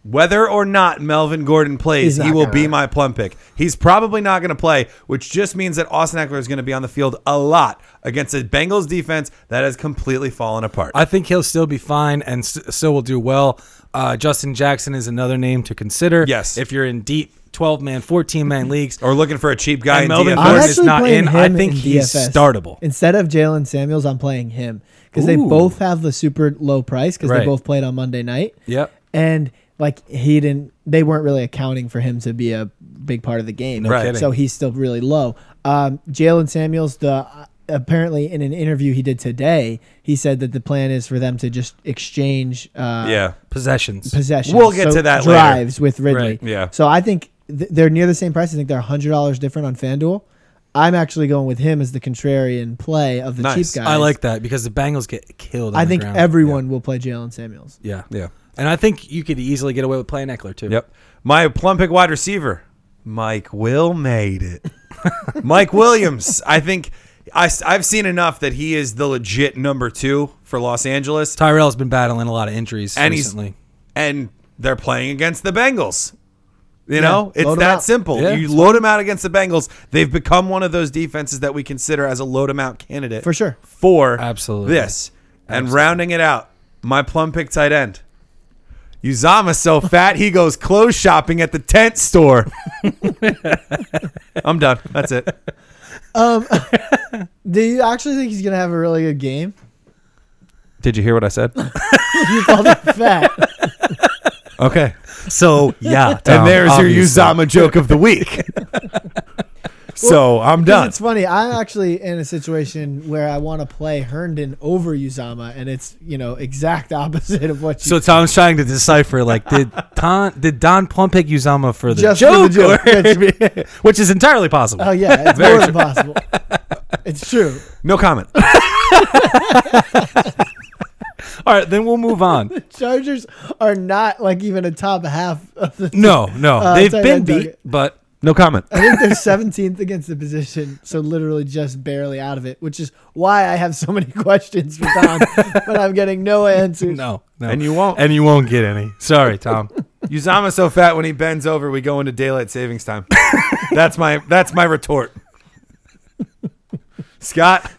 Whether or not Melvin Gordon plays, He's not he will gonna. be my plum pick. He's probably not going to play, which just means that Austin Eckler is going to be on the field a lot against a Bengals defense that has completely fallen apart. I think he'll still be fine and s- still will do well. Uh, Justin Jackson is another name to consider. Yes. If you're in deep 12 man, 14 man leagues, or looking for a cheap guy and in Melvin DFS. I'm Gordon is actually not playing in, I him think in he's DFS. startable. Instead of Jalen Samuels, I'm playing him because they Ooh. both have the super low price because Right. they both played on Monday night. Yep. And like he didn't, they weren't really accounting for him to be a big part of the game. Right. kidding. So he's still really low. Um, Jalen Samuels, the apparently in an interview he did today, he said that the plan is for them to just exchange. Uh, yeah. Possessions. possessions. We'll get to that later. drives with Ridley. Right, yeah. So I think th- they're near the same price. I think they're hundred dollars different on FanDuel. I'm actually going with him as the contrarian play of the Nice. cheap guys. I like that because the Bengals get killed. on I the think ground. everyone will play Jalen Samuels. Yeah. Yeah. And I think you could easily get away with playing Eckler, too. Yep. My plum pick wide receiver, Mike Will made it. Mike Williams. I think I, have seen enough that he is the legit number two for Los Angeles, Tyrell's been battling a lot of injuries And he's- recently. and they're playing against the Bengals. You know, it's load 'em that out. simple. Yeah. you load them out against the Bengals. They've become one of those defenses that we consider as a load 'em out candidate For sure. For Absolutely. this and rounding it out, my plum pick tight end. Uzama's so fat he goes clothes shopping at the tent store. I'm done. That's it. Do you actually think he's gonna have a really good game? Did you hear what I said? You called him fat. Okay. So, yeah. and there's your Uzama joke of the week. so I'm 'Cause done. It's funny. I'm actually in a situation where I want to play Herndon over Uzama, and it's you know exact opposite of what you. So Tom's trying to decipher like did Don did Don Plum pick Uzama for the Just for the joke, joke. or- which is entirely possible. oh yeah, it's more than possible. It's true. No comment. All right, then we'll move on. Chargers are not like even a top half of the. No, no, Uh, they've tight been end beat, target. but No comment. I think they're 17th against the position, so literally just barely out of it, which is why I have so many questions for Tom, but I'm getting no answers. no, no, And you won't. and you won't get any. Sorry, Tom. Uzama's so fat when he bends over, we go into daylight savings time. that's my that's my retort. Scott,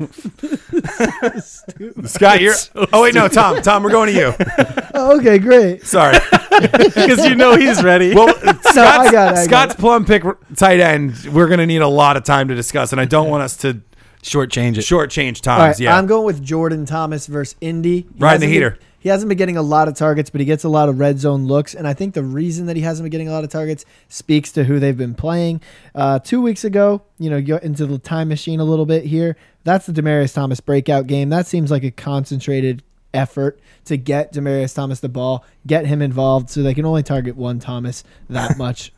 Scott, you're. oh wait, no, Tom, Tom, we're going to you. Oh, okay, great. Sorry. because you know he's ready. Well, No, I got it. I got Scott's it. plum pick r- tight end. We're gonna need a lot of time to discuss, and I don't want us to shortchange it. shortchange times. All right, yeah, I'm going with Jordan Thomas versus Indy. He Riding the hasn't heater. been- he hasn't been getting a lot of targets, but he gets a lot of red zone looks. And I think the reason that he hasn't been getting a lot of targets speaks to who they've been playing. Uh, two weeks ago, you know, go into the time machine a little bit here. That's the Demarius Thomas breakout game. That seems like a concentrated effort to get Demarius Thomas the ball, get him involved, so they can only target one Thomas that much.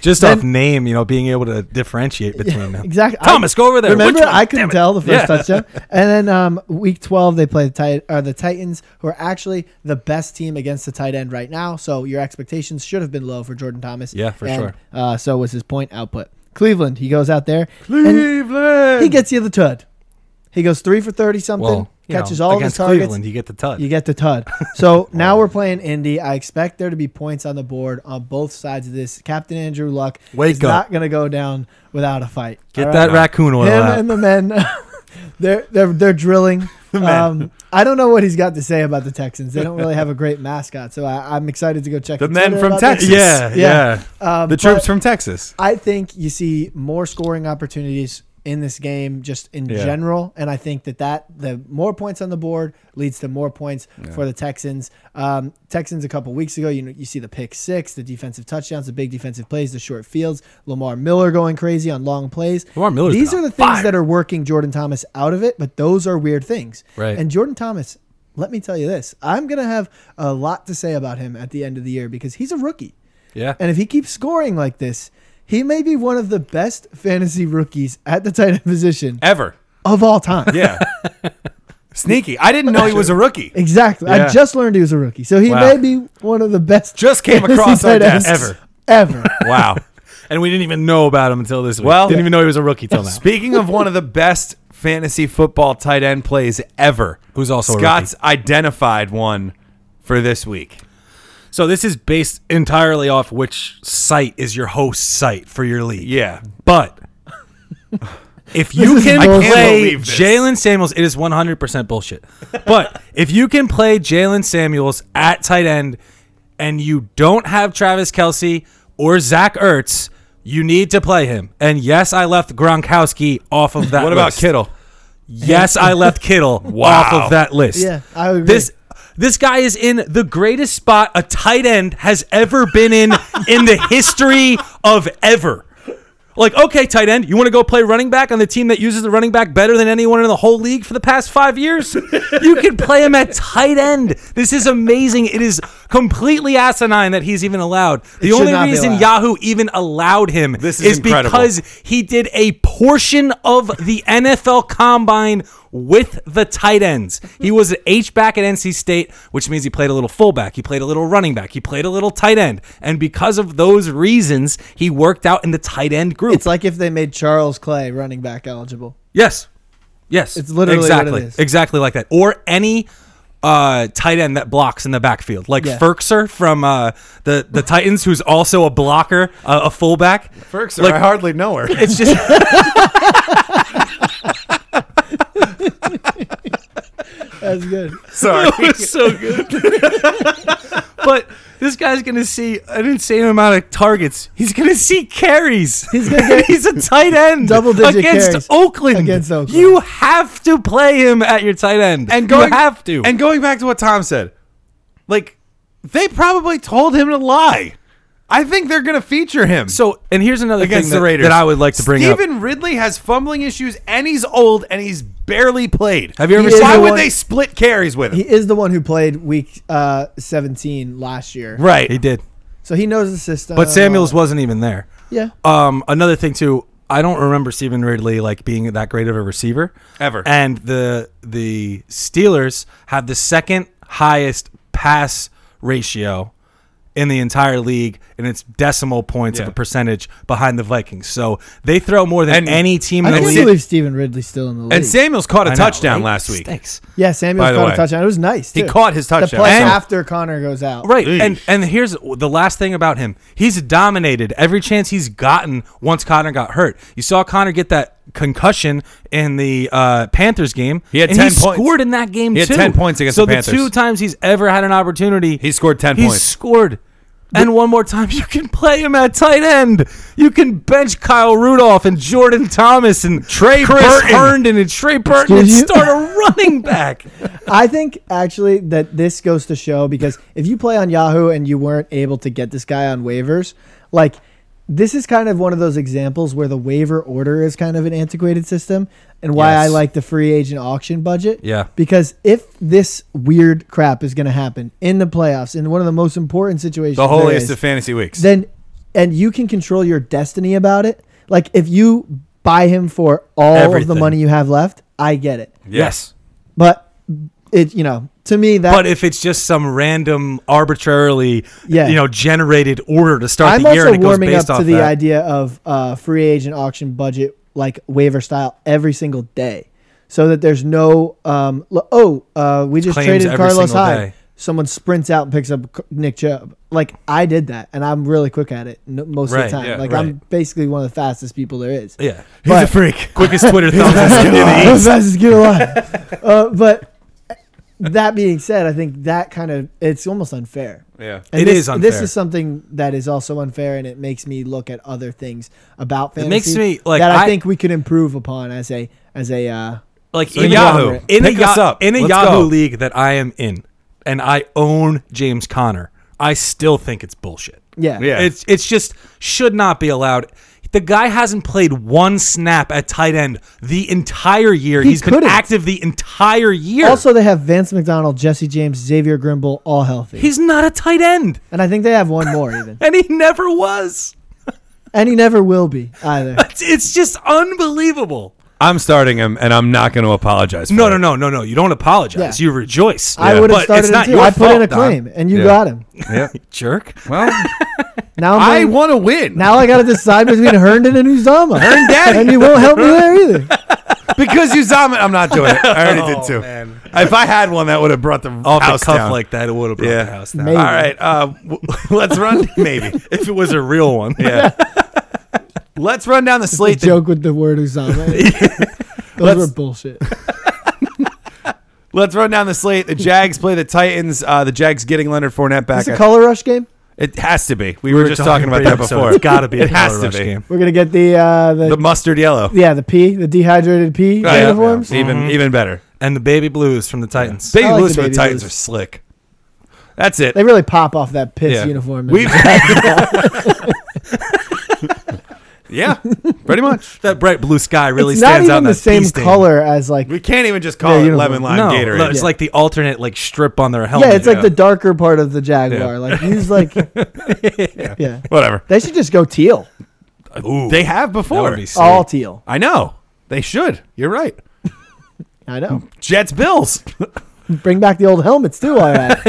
Just Then- off name, you know, being able to differentiate between them. exactly. I- Thomas, go over there. Remember, Which one? I couldn't Damn it. tell the first Yeah. touchdown. And then um, week twelve, they play the tit- or the Titans, who are actually the best team against the tight end right now. So your expectations should have been low for Jordan Thomas. Yeah, for And, sure. Uh, so was his point output. Cleveland, he goes out there. and Cleveland. he gets you the tud. He goes three for thirty something. Well, you catches know, all of his against targets. Cleveland, you get the touch. You get the tud. So now we're playing Indy. I expect there to be points on the board on both sides of this. Captain Andrew Luck Wake is up. not going to go down without a fight. Get All that right? raccoon oil Him out. and the men, they're they're they're drilling. Um, I don't know what he's got to say about the Texans. They don't really have a great mascot, so I, I'm excited to go check The the men Twitter from about this. Texas. yeah, Yeah. yeah. Um, The but- troops from Texas. I think you see more scoring opportunities in this game just in Yeah. general and I think that that the more points on the board leads to more points for the Texans. Um, Texans a couple weeks ago you know, you see the pick 6, the defensive touchdowns, the big defensive plays, the short fields, Lamar Miller going crazy on long plays. Lamar Miller's These been are on the things that are working Jordan Thomas out of it, but those are weird things. Right. And Jordan Thomas let me tell you this. I'm going to have a lot to say about him at the end of the year because he's a rookie. Yeah. And if he keeps scoring like this, he may be one of the best fantasy rookies at the tight end position Ever. of all time. Yeah. Sneaky. I didn't know he was a rookie. Exactly. I Yeah. just learned he was a rookie. So he Wow. may be one of the best. Just came fantasy across our tight ends desk. Ever. Ever. Wow. And we didn't even know about him until this week. Well- didn't even know he was a rookie till now. Speaking of one of the best fantasy football tight end plays ever, Who's also a Scott's identified one for this week. So this is based entirely off which site is your host site for your league. Yeah. But if you is can bullshit. I can't play believe this. Jalen Samuels, it is 100% bullshit. But if you can play Jalen Samuels at tight end and you don't have Travis Kelsey or Zach Ertz, you need to play him. And yes, I left Gronkowski off of that What about list. Kittle? Yes, I left Kittle off of that list. Yeah, I agree. This this guy is in the greatest spot a tight end has ever been in in the history of ever. Like, okay, tight end, you want to go play running back on the team that uses the running back better than anyone in the whole league for the past five years? you can play him at tight end. This is amazing. It is completely asinine that he's even allowed. The should only not be reason allowed. Yahoo even allowed him This is incredible. because he did a portion of the NFL Combine with the tight ends. He was an H back at NC State, which means he played a little fullback, he played a little running back, he played a little tight end, and because of those reasons, he worked out in the tight end group. It's like if they made Charles Clay running back eligible. yes, yes, It's literally what exactly it is. exactly like that, or any. Uh, tight end that blocks in the backfield, like Yeah. Ferkser from uh, the the Titans, who's also a blocker, uh, a fullback. Ferkser, Like- I hardly know her. It's just That's good. Sorry. was so good. but this guy's gonna see an insane amount of targets. He's gonna see carries. He's gonna get a tight end. double-digit against carries Oakland. against Oakland. You have to play him at your tight end. And going you have to. And going back to what Tom said, like they probably told him to lie. I think they're going to feature him. so and here's another thing against that, the Raiders that I would like to bring Steven up. Ridley has fumbling issues, and he's old, and he's barely played. Have you ever He is Why the would one- they split carries with him? He is the one who played week uh, 17 last year. right. He did. So he knows the system. But Samuels wasn't even there. Yeah. Uh, Um, another thing too, I don't remember Stephen Ridley like being that great of a receiver Ever. And the the Steelers have the second highest pass ratio in the entire league, and it's decimal points of Yeah. a percentage behind the Vikings. So they throw more than And- any team in I the can't league. believe Stephen Ridley's still in the league. And Samuels caught a I know, touchdown right? last week. Stinks. yeah, Samuels By the caught way. a touchdown. It was nice. He too. caught his The touchdown. play And- after Connor goes out. Right. Eesh. And and here's the last thing about him. He's dominated every chance he's gotten once Connor got hurt. You saw Connor get that concussion in the uh, Panthers game. He had and 10 he points. scored in that game He had too. 10 points against so the Panthers. two times he's ever had an opportunity, He scored 10 he's points. scored. And one more time, you can play him at tight end. You can bench Kyle Rudolph and Jordan Thomas and Trey Chris Burton. Herndon and Trey Burton and Excuse you? start a running back. I think actually that this goes to show because if you play on Yahoo and you weren't able to get this guy on waivers, like this is kind of one of those examples where the waiver order is kind of an antiquated system and why I Yes. like the free agent auction budget. Yeah. Because if this weird crap is going to happen in the playoffs, in one of the most important situations, The there holiest is, of fantasy weeks. then and you can control your destiny about it. Like if you buy him for all of the Everything. money you have left, I get it. yes. But it, you know, to me that But if it's just some random, arbitrarily, Yeah. you know, generated order to start I'm the year, also and it goes warming up based to off the that. idea of uh, free agent auction budget, like waiver style, every single day, so that there's no um, l- oh uh, we just Claims traded every Carlos single Hyde. day. Someone sprints out and picks up C- Nick Chubb. Like I did that, and I'm really quick at it n- most Right, of the time. yeah, like right. I'm basically one of the fastest people there is. Yeah, He's a but- freak. quickest Twitter thumbs in the The East. fastest kid alive. uh, but that being said, I think that kind of it's almost unfair. Yeah. And It this, is This unfair. is something that is also unfair, and it makes me look at other things about fantasy. makes me, like, that. I, I- think we could improve upon as a as a uh, Like So Yahoo, in a, pick Ya- us up. in a Let's Yahoo go. league that I am in, and I own James Conner. I still think it's bullshit. yeah Yeah. It's it's just should not be allowed. The guy hasn't played one snap at tight end the entire year. He He has been couldn't. active the entire year. Also, they have Vance McDonald, Jesse James, Xavier Grimble, all healthy, he's not a tight end, and I think they have one more even, and he never was. and he never will be either. It's, it's just unbelievable. I'm starting him, and I'm not going to apologize. For No, it. no, no, no, no. You don't apologize. Yeah. You rejoice. I would have But started it's him not too. your I put in a fault, Don. claim, and you Yeah. got him. Yeah. Jerk. Well, Now I'm I playing- want to win Now I got to decide between Herndon and Uzama. Herndon, and you won't help me there either. because you Uzama. I'm not doing it. I already did two. If I had one, that would have brought the Oh, Off house the cuff down. like that, it would have brought Yeah. the house down. Maybe. All right, uh, w- let's run. Maybe. If it was a real one. Yeah. let's run down the The slate. that- joke with the word Uzama. Those were bullshit. let's run down the slate. The Jags play the Titans. Uh, the Jags getting Leonard Fournette back. It's a I- color rush game. It has to be. We were, just talking about that pre-episode. before. It's got to be a It has color to rush be. game. We're gonna get the uh, the, The mustard yellow. yeah the P the dehydrated P Oh, Right. uniforms. Even Mm-hmm. even better. And the baby blues from the Titans. Baby I like Blues for the the baby Titans blues. are slick. That's it. They really pop off that piss Yeah. uniform. We've yeah, pretty much. That bright blue sky really it's not stands out. in even the that pea same stain. color as like We can't even just call Yeah, it you know, lemon lime No, Gatorade. no, it's Yeah. like the alternate like strip on their helmet. yeah, it's like yeah. the darker part of the Jaguar. Like use like yeah. Whatever. They should just go teal, Ooh, They have that before. would be sick. all teal. I know. They should. You're right. I know. Jets Bills. Bring back the old helmets too. All right.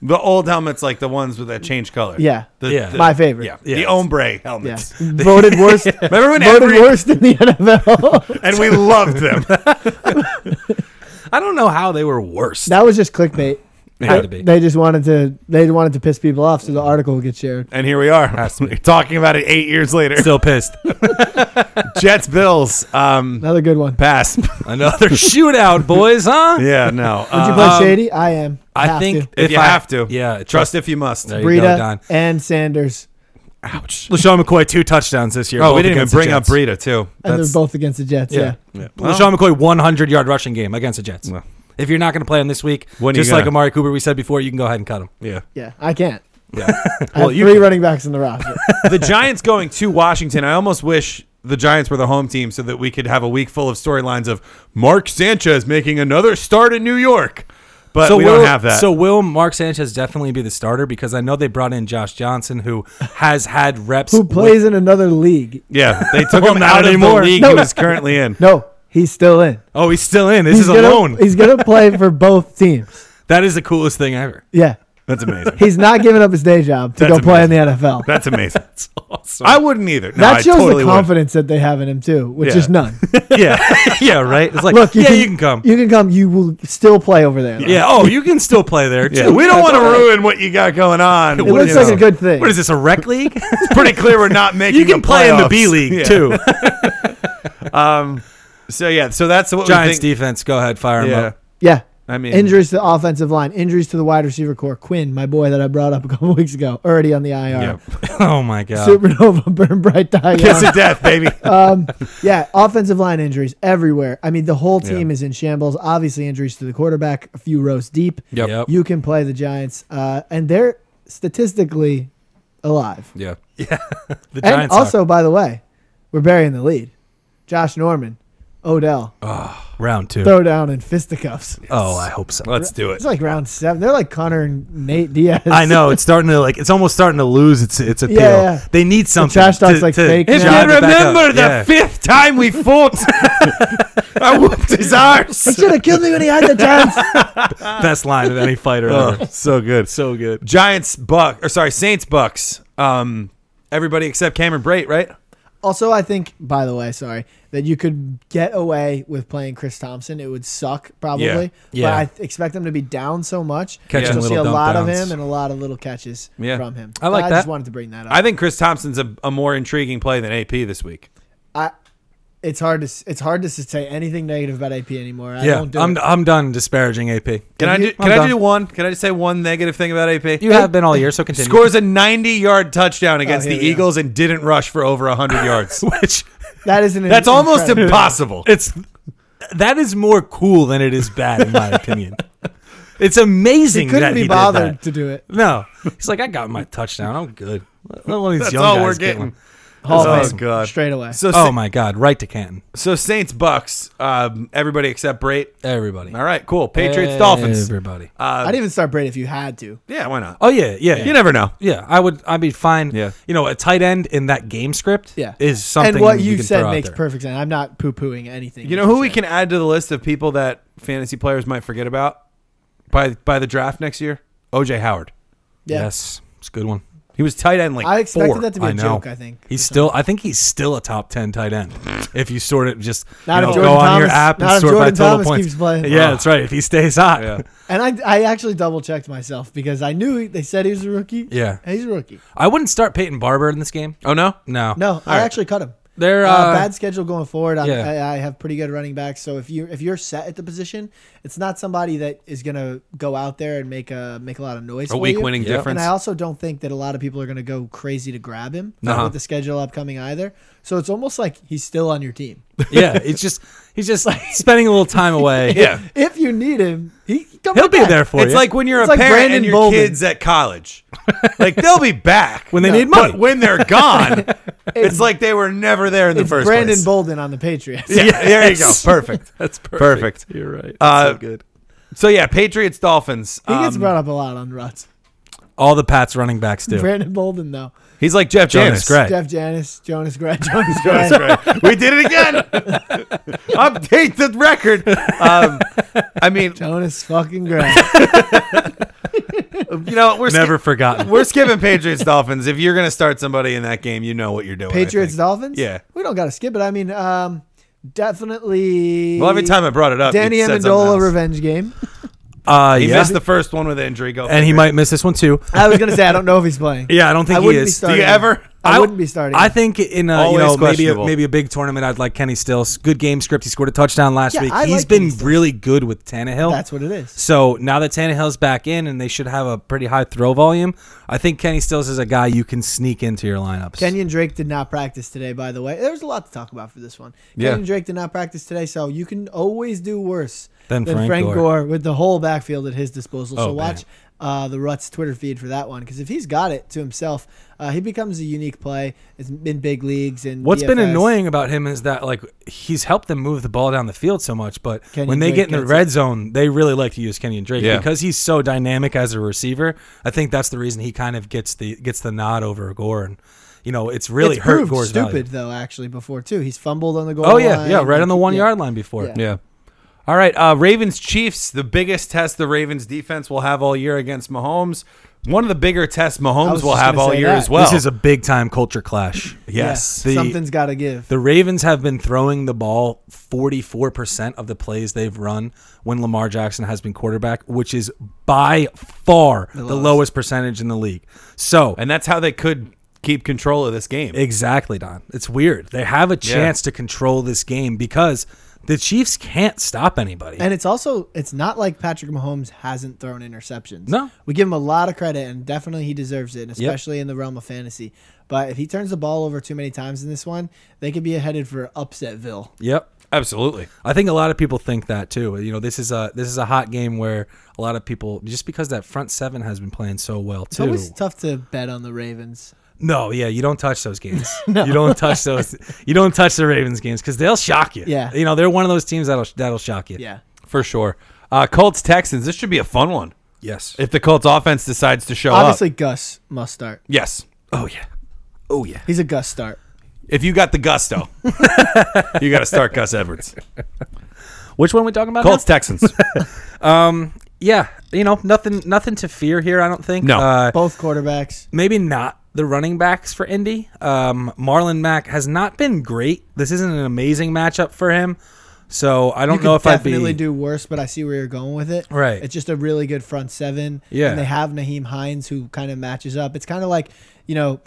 The old helmets, like the ones with that change color. Yeah. The, Yeah. the- My favorite. Yeah. Yeah. The ombre Yeah. helmets. Voted worst. Remember when voted every worst in the NFL. and we loved them. I don't know how they were worse. that was just clickbait. Had to be. They just wanted to. They wanted to piss people off, so the article would get shared. and here we are talking about it eight years later. Still pissed. Jets Bills. Um, Another good one. pass. Another shootout, boys, huh? yeah, no. Would you Uh, play Um, Shady? I am. I Have think to. if, you I have to, yeah, Trust if you must. There you go, Breida Don. and Sanders, Ouch. LaShawn McCoy two touchdowns this year. Oh, both we didn't even against the bring up Jets. Breida too. and That's- they're both against the Jets. Yeah. Yeah. LaShawn McCoy 100 yard rushing game against the Jets. If you're not going to play him this week, When are you just gonna? like Amari Cooper, we said before, you can go ahead and cut him. yeah. Yeah, I can't. Yeah. I have you three can. running backs in the roster. the Giants going to Washington. I almost wish the Giants were the home team so that we could have a week full of storylines of Mark Sanchez making another start in New York. But we will, don't have that. So will Mark Sanchez definitely be the starter because I know they brought in Josh Johnson, who has had reps. Who with- plays in another league? yeah, they took Well, him not out anymore. of the league No. he was currently in. No, he's still in. Oh, he's still in. This is he's gonna, a loan. He's gonna play for both teams. That is the coolest thing ever. Yeah, That's amazing. he's not giving up his day job to That's go play in the amazing. NFL. That's amazing. It's awesome. I wouldn't either. No, that I shows totally the would. confidence that they have in him too, which Yeah. is none. yeah, yeah, right. It's like, Look, yeah, you can come. You can come. You will still play over there. though. yeah. Oh, you can still play there. Yeah, too. Oh. we don't want to ruin what you got going on. it looks you like know. a good thing. What is this? A rec league? It's pretty clear we're not making. you can the play in the playoffs. B league Yeah. Um, too. So yeah, so that's what Giants we think. defense. Go ahead, fire him Yeah, up. Yeah. I mean Injuries to the offensive line, injuries to the wide receiver core. Quinn, my boy that I brought up a couple weeks ago, already on the IR. Oh my god. Supernova, burn bright, die young. Kiss of death, baby. Yeah, offensive line injuries everywhere. I mean, the whole team is in shambles. Obviously, injuries to the quarterback, a few rows deep. Yep. You can play the Giants, uh, and they're statistically alive. Yeah. Yeah. the And Giants also, by the way, we're burying the lead. Josh Norman, Odell, are. round two. throw down in fisticuffs. Oh, I hope so. Let's do it. It's like round seven. They're like Connor and Nate Diaz. I know it's starting to like it's almost starting to lose its its appeal. Yeah, yeah. They need something. trash talk's to, like to fake If now. jive you it back remember up. the Yeah. fifth time we fought, I whooped his He arse. should have killed me when he had the chance. best line of any fighter ever. Oh, so good. So good. Giants Buck or sorry Saints Bucks. Um, everybody except Cameron Brate, right? Also, I think, by the way, sorry, that you could get away with playing Chris Thompson. It would suck, probably. Yeah. Yeah. But I th- expect him to be down so much. Catching that you'll see little a dump lot of downs. him and a lot of little catches Yeah. from him. I like I that. just wanted to bring that up. I think Chris Thompson's a, a more intriguing play than AP this week. I, it's hard to s- it's hard to s- say anything negative about AP anymore. I Yeah, don't do I'm it. I'm done disparaging AP. Can I you- do, can I'm I done. do one? Can I just say one negative thing about AP? You have been all year, so continue. Oh, Scores a 90 yard touchdown against here the we go. Eagles and didn't rush for over 100 yards. which That is an That's almost incredible- impossible. it's that is more cool than it is bad in my opinion. It's amazing He couldn't that be he did bothered that. to do it. No, he's like, I got my touchdown. I'm good. Let alone these That's young all guys we're get getting. one. Hall Oh, of Fame, God. straight away. So, Oh Sa- my God! Right to Canton, so Saints, Bucks, um, everybody except Brait. everybody. All right, cool. Patriots, Dolphins. Uh, everybody. I'd even start Brady if you had to. Yeah, why not? oh yeah, yeah. You never know. Yeah, I would. I'd be fine. Yeah. you know, a tight end in that game script. Yeah. is something. and what you, you, can said throw out makes there. perfect sense. I'm not poo pooing anything. You know who we can add to the list of people that fantasy players might forget about by by the draft next year? OJ Howard. Yeah. Yes, it's a good one. He was tight end like I expected four. that to be a I know. joke. I think He's still. I think he's still a top ten tight end. If you sort it, just you Not if know, go Jordan on your Thomas- app and not if sort by Jordan total Thomas points. keeps playing. Yeah, Ah. that's right. If he stays hot. Yeah. And I, I actually double checked myself because I knew they said he was a rookie. Yeah. And he's a rookie. I wouldn't start Peyton Barber in this game. Oh no? No, No, I right. actually cut him. They're, uh, uh, bad schedule going forward. I'm, yeah. I, I have pretty good running backs, so if you if you're set at the position, it's not somebody that is going to go out there and make a make a lot of noise. A for week you. winning Yeah. difference. And I also don't think that a lot of people are going to go crazy to grab him Uh-huh. with the schedule upcoming either. So it's almost like he's still on your team. yeah, it's just he's just spending a little time away. yeah. if you need him, he come he'll right be back. there for It's you. like when you're It's a like parent Brandon and your Bolden. kids at college. like they'll be back When they need money. But when they're gone, it's like they were never there in the It's first Brandon place. Bolden on the Patriots. yeah, there you go. Perfect. that's perfect. Perfect. You're right. Uh, so good. So yeah, Patriots Dolphins. He gets Um, brought up a lot on ruts. All the Pats running backs do. Brandon Bolden though. he's like Jeff Jonas Janis. Gray. Jeff Janis, Jonas Gray, Jonas Gray. That's right. We did it again. Update the record. Um, I mean, Jonas fucking Gray. you know, we're skip- Never forgotten. we're skipping Patriots Dolphins. If you're gonna start somebody in that game, you know what you're doing. I Patriots think. Dolphins? Yeah. We don't gotta skip it. I mean, um definitely Well, every time I brought it up, Danny you said something Amendola else. revenge game. Uh, He yeah. missed the first one with injury. Go. and he figure. might miss this one too. I was gonna say I don't know if he's playing. Yeah, I don't think I he wouldn't is. be Do starting. you ever? I, w- wouldn't be starting. I think in a, Always you know maybe a, questionable. maybe a big tournament, I'd like Kenny Stills. Good game script. He scored a touchdown last Yeah, week. I He's like Kenny been Stills. really good with Tannehill. that's what it is. So now that Tannehill's back in, and they should have a pretty high throw volume, I think Kenny Stills is a guy you can sneak into your lineups. Kenyon Drake did not practice today, by the way. There's a lot to talk about for this one. Yeah. Kenyon Drake did not practice today, so you can always do worse Than Frank Frank Gore. Oh, Gore with the whole backfield at his disposal. so man. watch uh, the Ruts Twitter feed for that one because if he's got it to himself, uh, he becomes a unique play It's in big leagues and What's been DFS. annoying about him is that like he's helped them move the ball down the field so much, but Kenyon when they Drake get in the gets red zone, they really like to use Kenyon Drake Yeah. because he's so dynamic as a receiver. I think that's the reason he kind of gets the gets the nod over Gore, and you know it's really it's hurt proved Gore's stupid value. though actually before too. He's fumbled on the goal. Oh yeah, line. yeah, right on the Like, one yeah. yard line before. Yeah. Yeah. All right. Uh, Ravens Chiefs, the biggest test the Ravens defense will have all year against Mahomes. One of the bigger tests was Mahomes will just have gonna all say year that. as well. This is a big time culture clash. yes. Yeah. The- Something's got to give. The Ravens have been throwing the ball 44% of the plays they've run when Lamar Jackson has been quarterback, which is by far the, lowest percentage in the league. So, and that's how they could keep control of this game. exactly, Don. It's weird. They have a chance to control this game because the Chiefs can't stop anybody. And it's also it's not like Patrick Mahomes hasn't thrown interceptions. No. we give him a lot of credit, and definitely he deserves it, and especially in the realm of fantasy. But if he turns the ball over too many times in this one, they could be headed for upsetville. yep. Absolutely. I think a lot of people think that too. You know, this is a this is a hot game where a lot of people just because that front seven has been playing so well It's too. always tough to bet on the Ravens. No, yeah, you don't touch those games. You don't touch those. You don't touch the Ravens games because they'll shock you. Yeah. you know they're one of those teams that'll that'll shock you. Yeah. For sure. Uh, Colts Texans. This should be a fun one. Yes. If the Colts offense decides to show Obviously, up. Gus must start. Yes. oh yeah. Oh yeah. He's a Gus start. If you got the gusto, you got to start Gus Edwards. Which one we talking about? Colts now? Texans. yeah. You know nothing nothing to fear here. I don't think. No. Uh, Both quarterbacks. maybe not the running backs for Indy. Um, Marlon Mack has not been great. This isn't an amazing matchup for him. So I don't You know could if I'd definitely be. do worse, but I see where you're going with it. Right. It's just a really good front seven. Yeah. And they have Naheem Hines who kind of matches up. It's kind of like, you know,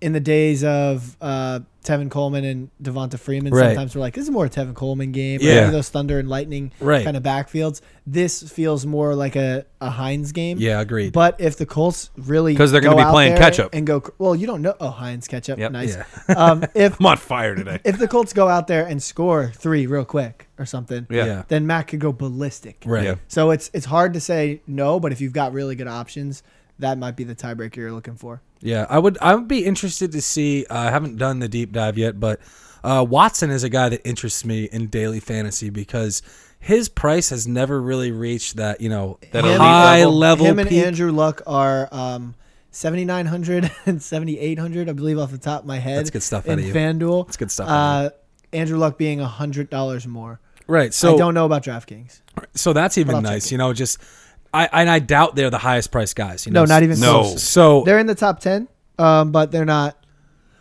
in the days of uh, Tevin Coleman and Devonta Freeman, Right. sometimes we're like, this is more a Tevin Coleman game. or Yeah. any of those Thunder and Lightning Right. kind of backfields. This feels more like a, a Hines game. yeah, agreed. But if the Colts really 'Cause they're going gonna to be playing catch-up. and go, well, you don't know. Oh, Hines catch up, Yep. nice. Um, if I'm on fire today. if the Colts go out there and score three real quick or something, Yeah. Yeah. then Mac could go ballistic. right. Yeah. So it's it's hard to say no, but if you've got really good options, that might be the tiebreaker you're looking for. Yeah, I would. I would be interested to see. Uh, I haven't done the deep dive yet, but uh, Watson is a guy that interests me in daily fantasy because his price has never really reached that you know That elite high level. level. Him and peak. Andrew Luck are um, 7,900 and 7,800, I believe, off the top of my head. That's good stuff In out of you. FanDuel, That's good stuff out Uh, Andrew Luck being hundred dollars more. right. I So don't know about DraftKings. so that's I'll even check nice. it. You know, just I and I doubt they're the highest price guys. You No, know? not even No. close. So They're in the top ten, um, but they're not.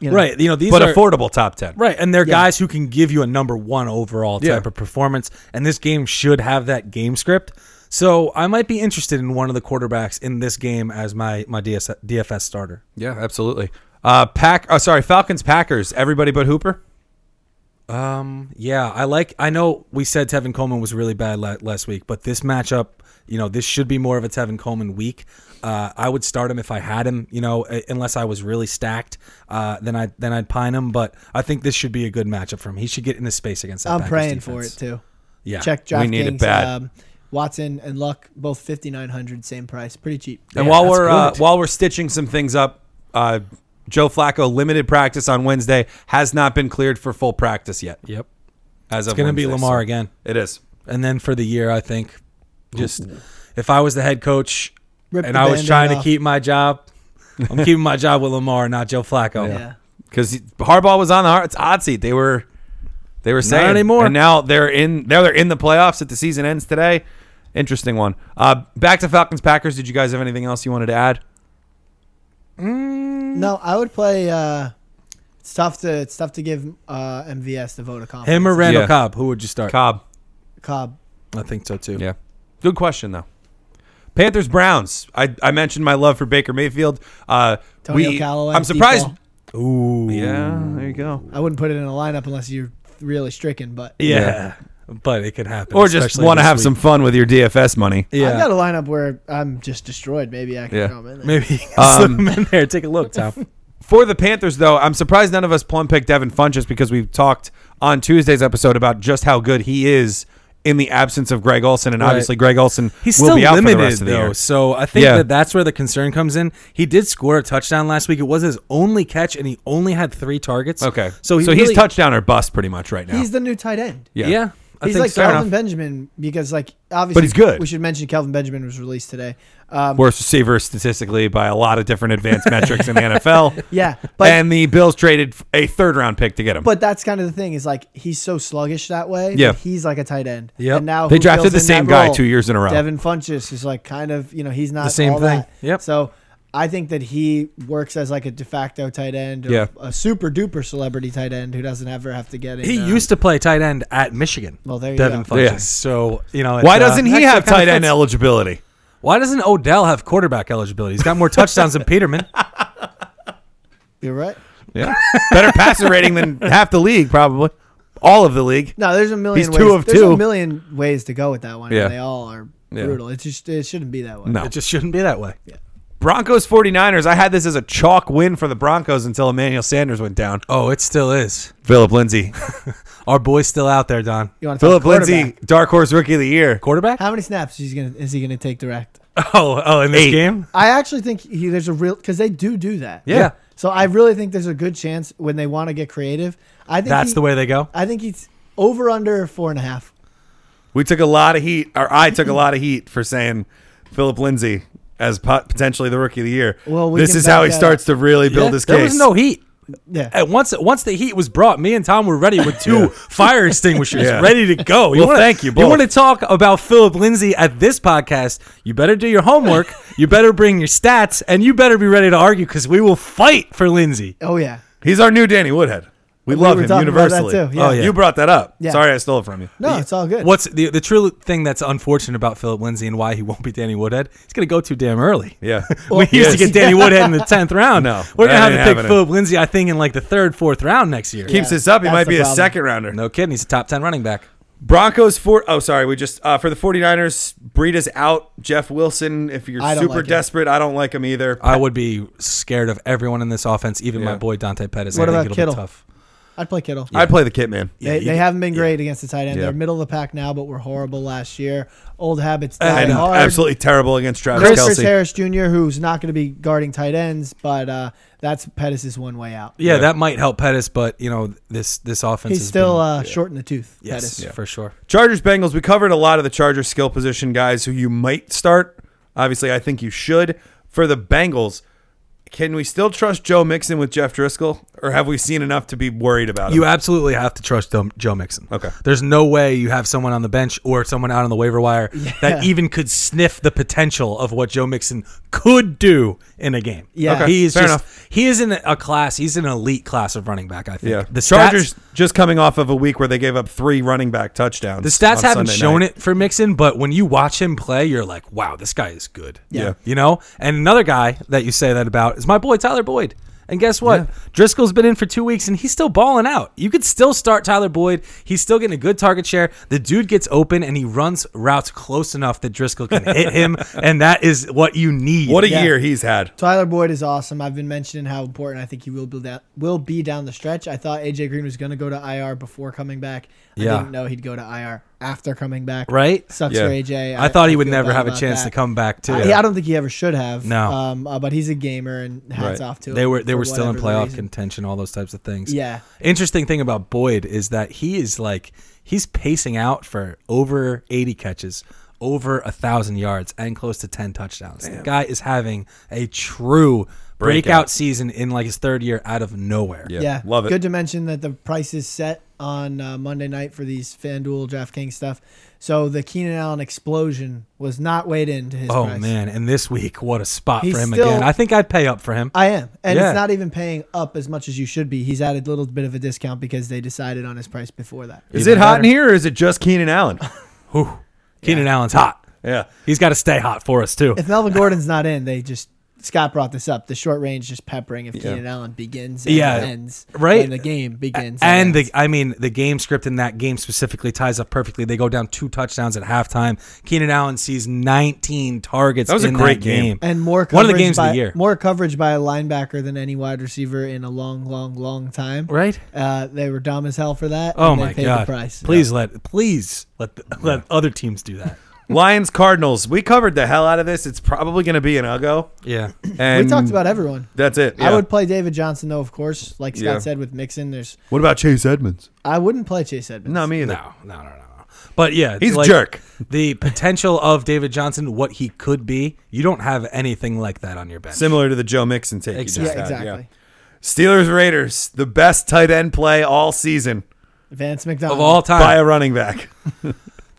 You know, right. You know these But are affordable top 10. Right, and they're Yeah. guys who can give you a number one overall type Yeah. of performance, and this game should have that game script. So I might be interested in one of the quarterbacks in this game as my my DS, DFS starter. Yeah, absolutely. Uh, Pack. Oh, sorry, Falcons Packers. Everybody but Hooper. Um, yeah, I like. I know we said Tevin Coleman was really bad la- last week, but this matchup, you know, this should be more of a Tevin Coleman week. Uh, I would start him if I had him, you know, uh, unless I was really stacked. Uh, then I then I'd pine him, but I think this should be a good matchup for him. He should get into space against. That I'm Packers praying for defense. it too. Yeah, Check We need it DraftKings. bad. Um, Watson and Luck both 5,900, same price, pretty cheap. And Yeah, while that's we're uh, good. while we're stitching some things up, uh, Joe Flacco limited practice on Wednesday has not been cleared for full practice yet. Yep, As it's gonna be Lamar again. It again. is. and then for the year, I think just if I was the head coach Rip and the I was Band-Aid trying to off. keep my job, I'm keeping my job with Lamar, not Joe Flacco. Yeah. because Harbaugh was on the hard- odd seat. They were they were saying anymore. and now they're in now they're in the playoffs. If the season ends today, interesting one. Uh, back to Falcons Packers. Did you guys have anything else you wanted to add? No, I would play. Uh, it's tough to it's tough to give uh, MVS the vote of confidence. Him or Randall Yeah. Cobb, who would you start? Cobb. Cobb. I think so too. Yeah, good question though. Panthers Browns. I, I mentioned my love for Baker Mayfield. Uh, Antonio we, Callaway, I'm surprised. deep Ooh. Yeah, there you go. I wouldn't put it in a lineup unless you're really stricken. But Yeah. Yeah. But it could happen. Or just especially want to this have week. some fun with your DFS money. Yeah. I've got a lineup where I'm just destroyed. Maybe I can Yeah. throw him in there. Maybe Um, slip him in there. Take a look, Tom. For the Panthers, though, I'm surprised none of us plum picked Devin Funches because we've talked on Tuesday's episode about just how good he is in the absence of Greg Olson, and Right. obviously Greg Olson He's will still be out limited for the rest of the though, year. so I think Yeah. that that's where the concern comes in. He did score a touchdown last week. It was his only catch, and he only had three targets. Okay, so, he so really- he's touchdown or bust pretty much right now. He's the new tight end. yeah. Yeah, I he's think like so. Calvin Benjamin because like obviously But he's good. We should mention Calvin Benjamin was released today. Um, worst receiver statistically by a lot of different advanced metrics in the NFL. yeah, but and the Bills traded a third round pick to get him. But that's kind of the thing is like he's so sluggish that way. Yeah. Yeah, he's like a tight end. Yep. And now they who drafted fills the in same that guy role? two years in a row. Devin Funchess is like kind of you know he's not The same all thing. That. Yep. So I think that he works as like a de facto tight end. Or Yeah. A super duper celebrity tight end who doesn't ever have to get in. He uh, used to play tight end at Michigan. Well, there you Devin go. Funchess. Yeah. So you know, Why it's, uh, doesn't he actually have kinda tight end fits. eligibility? Why doesn't Odell have quarterback eligibility? He's got more touchdowns than Peterman. You're right. Yeah, better passer rating than half the league probably, all of the league. No, there's a million. He's ways. two of there's two. a million ways to go with that one. Yeah. And they all are Yeah. brutal. It just it shouldn't be that way. No. It just shouldn't be that way. Broncos 49ers. I had this as a chalk win for the Broncos until Emmanuel Sanders went down. Oh, it still is. Philip Lindsay. Our boy's still out there, Don. You want to Philip Lindsay, Dark Horse Rookie of the Year. Quarterback? How many snaps is he gonna is he gonna take direct? Oh, oh, in this Eight. game? I actually think he, there's a real because they do do that. Yeah. Yeah. So I really think there's a good chance when they want to get creative. I think That's he- the way they go. I think he's over under four and a half. We took a lot of heat, or I took a lot of heat for saying Philip Lindsay as pot- potentially the Rookie of the Year. Well, we this can is how back he that starts up. to really build Yeah, his there case. was no heat. Yeah. And once once the heat was brought, me and Tom were ready with two fire extinguishers Yeah. ready to go. Well, wanna, thank you both. You want to talk about Philip Lindsay at this podcast? You better do your homework. you better bring your stats, and you better be ready to argue because we will fight for Lindsay. Oh yeah. He's our new Danny Woodhead. We We love were him talking about that universally. too, yeah. Oh, Oh, yeah. yeah. You brought that up. Yeah. Sorry, I stole it from you. No, it's all good. What's the the true thing that's unfortunate about Philip Lindsay and why he won't be Danny Woodhead? He's gonna go too damn early. Yeah. we used to Yes. get Danny Woodhead in the tenth round. No, we're gonna that have to ain't pick happening. Philip Lindsay. I think in like the third, fourth round next year. Keeps Yeah, this up. He that's might the be a problem. second rounder. No kidding, he's a top ten running back. Broncos for oh sorry we just uh, for the 49ers Breida's out Jeff Wilson if you're I don't super like him. desperate I don't like him either I would be scared of everyone in this offense, even Yeah. my boy Dante Pettis. What I about think it'll Kittle? Be tough. I'd play Kittle. I play the kit man They, you they could- haven't been great against the tight end. Yeah. They're middle of the pack now, but we're horrible last year. Old habits die and hard. absolutely terrible against Travis Chris, Chris Kelsey Harris Jr., who's not going to be guarding tight ends, but uh, that's Pettis' one way out. Yeah, that might help Pettis, but you know this this offense He's has still been, uh, short in the tooth. yes Pettis. for sure. Chargers Bengals we covered a lot of the Chargers skill position guys who you might start obviously I think you should for the Bengals can we still trust Joe Mixon with Jeff Driscoll or have we seen enough to be worried about him You absolutely have to trust Joe, Joe Mixon. Okay. There's no way you have someone on the bench or someone out on the waiver wire that even could sniff the potential of what Joe Mixon could do in a game. Yeah. Okay, He is fair just enough. he is in a class. He's an elite class of running back. I think. yeah The Chargers Chargers. just coming off of a week where they gave up three running back touchdowns the stats on haven't Sunday shown night. it for Mixon, but when you watch him play, you're like, wow, this guy is good. Yeah. You know? And another guy that you say that about is my boy Tyler Boyd. And guess what? Driscoll's been in for two weeks and he's still balling out. You could still start Tyler Boyd. He's still getting a good target share. The dude gets open and he runs routes close enough that Driscoll can hit him. And that is what you need. what a Yeah. year he's had Tyler Boyd is awesome. I've been mentioning how important I think he will be down, will be down the stretch. I thought AJ Green was going to go to IR before coming back. I Yeah. didn't know he'd go to IR after coming back. Right? Sucks Yeah. for AJ. I, thought he would feel never bad have a about chance that. to come back, too. I, yeah, I don't think he ever should have. No. Um, uh, but he's a gamer and hats Right. off to him. They were they for were still in whatever the playoff reason. contention, all those types of things. Yeah. Interesting thing about Boyd is that he is like he's pacing out for over eighty catches, over a thousand yards, and close to ten touchdowns. The guy is having a true breakout, season in like his third year out of nowhere. yeah, Yeah, love it Good to mention that the price is set on uh, Monday night for these FanDuel DraftKings stuff. So the Keenan Allen explosion was not weighed into his Oh price. man, and this week what a spot He's for him still- again. I think I'd pay up for him. I am, and Yeah. it's not even paying up as much as you should be. He's added a little bit of a discount because they decided on his price before that. is it hot in here or is it just Keenan Allen Whew. Keenan Allen's hot. yeah He's got to stay hot for us too. If Melvin Gordon's not in, they just Scott brought this up. The short range just peppering if Keenan Allen begins and Yeah. ends Right. when the game begins And ends. the I mean the game script in that game specifically ties up perfectly. They go down two touchdowns at halftime. Keenan Allen sees 19 targets. That was a in great game. game. and more one of coverage the games by, of the year. more coverage by a linebacker than any wide receiver in a long, long, long time. right? Uh, they were dumb as hell for that. Oh and my they paid god! The price. Please let please let the, let other teams do that. Lions Cardinals. We covered the hell out of this. It's probably going to be an uggo. yeah. And we talked about everyone. That's it. I yeah. would play David Johnson though, of course. Like Scott Yeah. said with Mixon, there's What about Chase Edmonds? I wouldn't play Chase Edmonds. No, me either. No, no, no, no, no. But yeah, He's a jerk. The potential of David Johnson, what he could be, you don't have anything like that on your bench. Similar to the Joe Mixon take. Exactly. You yeah, just had, exactly. Steelers Raiders, the best tight end play all season Vance McDonald. of all time, by a running back.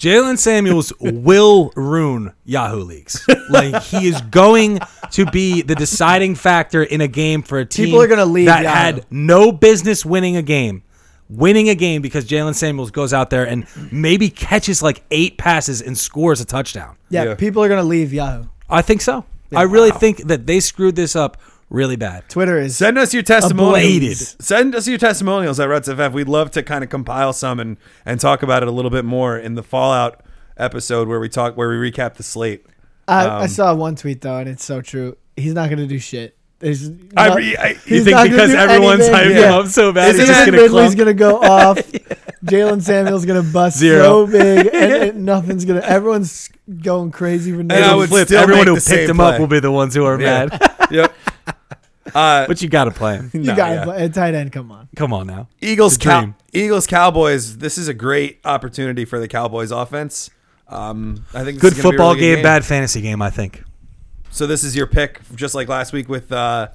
Jalen Samuels will ruin Yahoo leagues. Like he is going to be the deciding factor in a game for a team People are gonna leave that Yahoo. had no business winning a game. Winning a game because Jalen Samuels goes out there and maybe catches like eight passes and scores a touchdown. yeah, Yeah. people are gonna leave Yahoo. I think so. I really think that they screwed this up really bad. Twitter is Send us your testimonials. Ablated. Send us your testimonials at Ruts FF. We'd love to kind of compile some and, and talk about it a little bit more in the Fallout episode where we talk where we recap the slate. I, I saw one tweet though, and it's so true. he's not going to do shit. He's I not- re- I- you he's think not gonna because do everyone's anything. hyped Yeah. him up so bad, Isn't he's just that Isaiah gonna Ridley's clump? going to go off. Jalen Samuels going to bust Zero. so big, and, and nothing's going to. Everyone's going crazy for I no. would flip. still Everyone make who the picked same him play. up will be the ones who are Yeah. mad. yep. Uh, But you got to play him. You no, got yeah. to at tight end. Come on, Come on now. Eagles, It's a Cow- dream. Eagles, Cowboys. This is a great opportunity for the Cowboys offense. Um, I think this Good is gonna be a football really game, good bad fantasy game. I think. So this is your pick, just like last week with uh,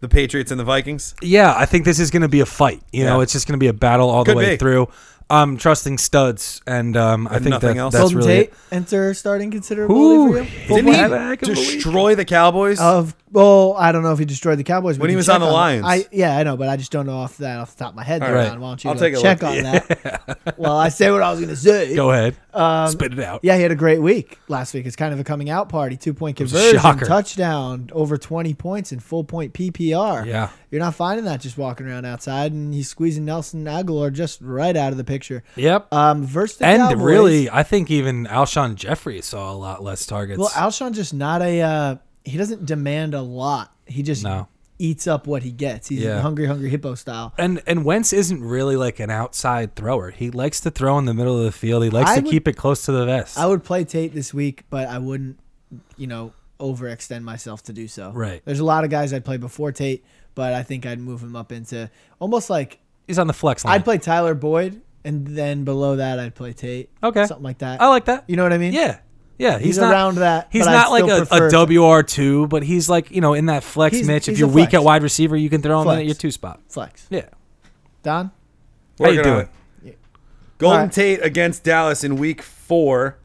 the Patriots and the Vikings. Yeah, I think this is going to be a fight. You know, Yeah. it's just going to be a battle all Could the way be. through. I'm trusting studs, and um, I And think nothing that, else? that's Golden really Tate it. enter starting considerably Ooh, for you. he Full Didn't point? had a he heck of a week. Oh, destroy the Cowboys? Of well, I don't know if he destroyed the Cowboys but When he you was check on the Lions. I yeah, I know, but I just don't know off that off the top of my head. There, right. Ron. Why don't you I'll like, take a check look. on that? well, I say what I was going to say. Go ahead, Um, spit it out. Yeah, he had a great week last week. It's kind of a coming out party. Two point conversion, shocker. touchdown, over twenty points in full point PPR. Yeah. you're not finding that just walking around outside, and he's squeezing Nelson Aguilar just right out of the picture. Yep. Um, versus the and Cowboys- really, I think even Alshon Jeffrey saw a lot less targets. well, Alshon just not a. Uh, he doesn't demand a lot. He just No. eats up what he gets. He's Yeah. hungry, hungry hippo style. and and Wentz isn't really like an outside thrower. He likes to throw in the middle of the field. He likes I to would- keep it close to the vest. I would play Tate this week, but I wouldn't, you know, overextend myself to do so. Right. There's a lot of guys I'd play before Tate, but I think I'd move him up into almost like He's on the flex line. I'd play Tyler Boyd, and then below that I'd play Tate. Okay. Something like that. I like that. You know what I mean? Yeah. Yeah, he's, He's not, around that, He's but I'd not like still a, prefer- a WR two, but he's like you know in that flex He's- niche. If he's you're a weak flex. at wide receiver, you can throw him in at Flex. your two spot. Flex. Yeah, Don. how you Working on doing? it. Golden Alright. Tate against Dallas in Week Four.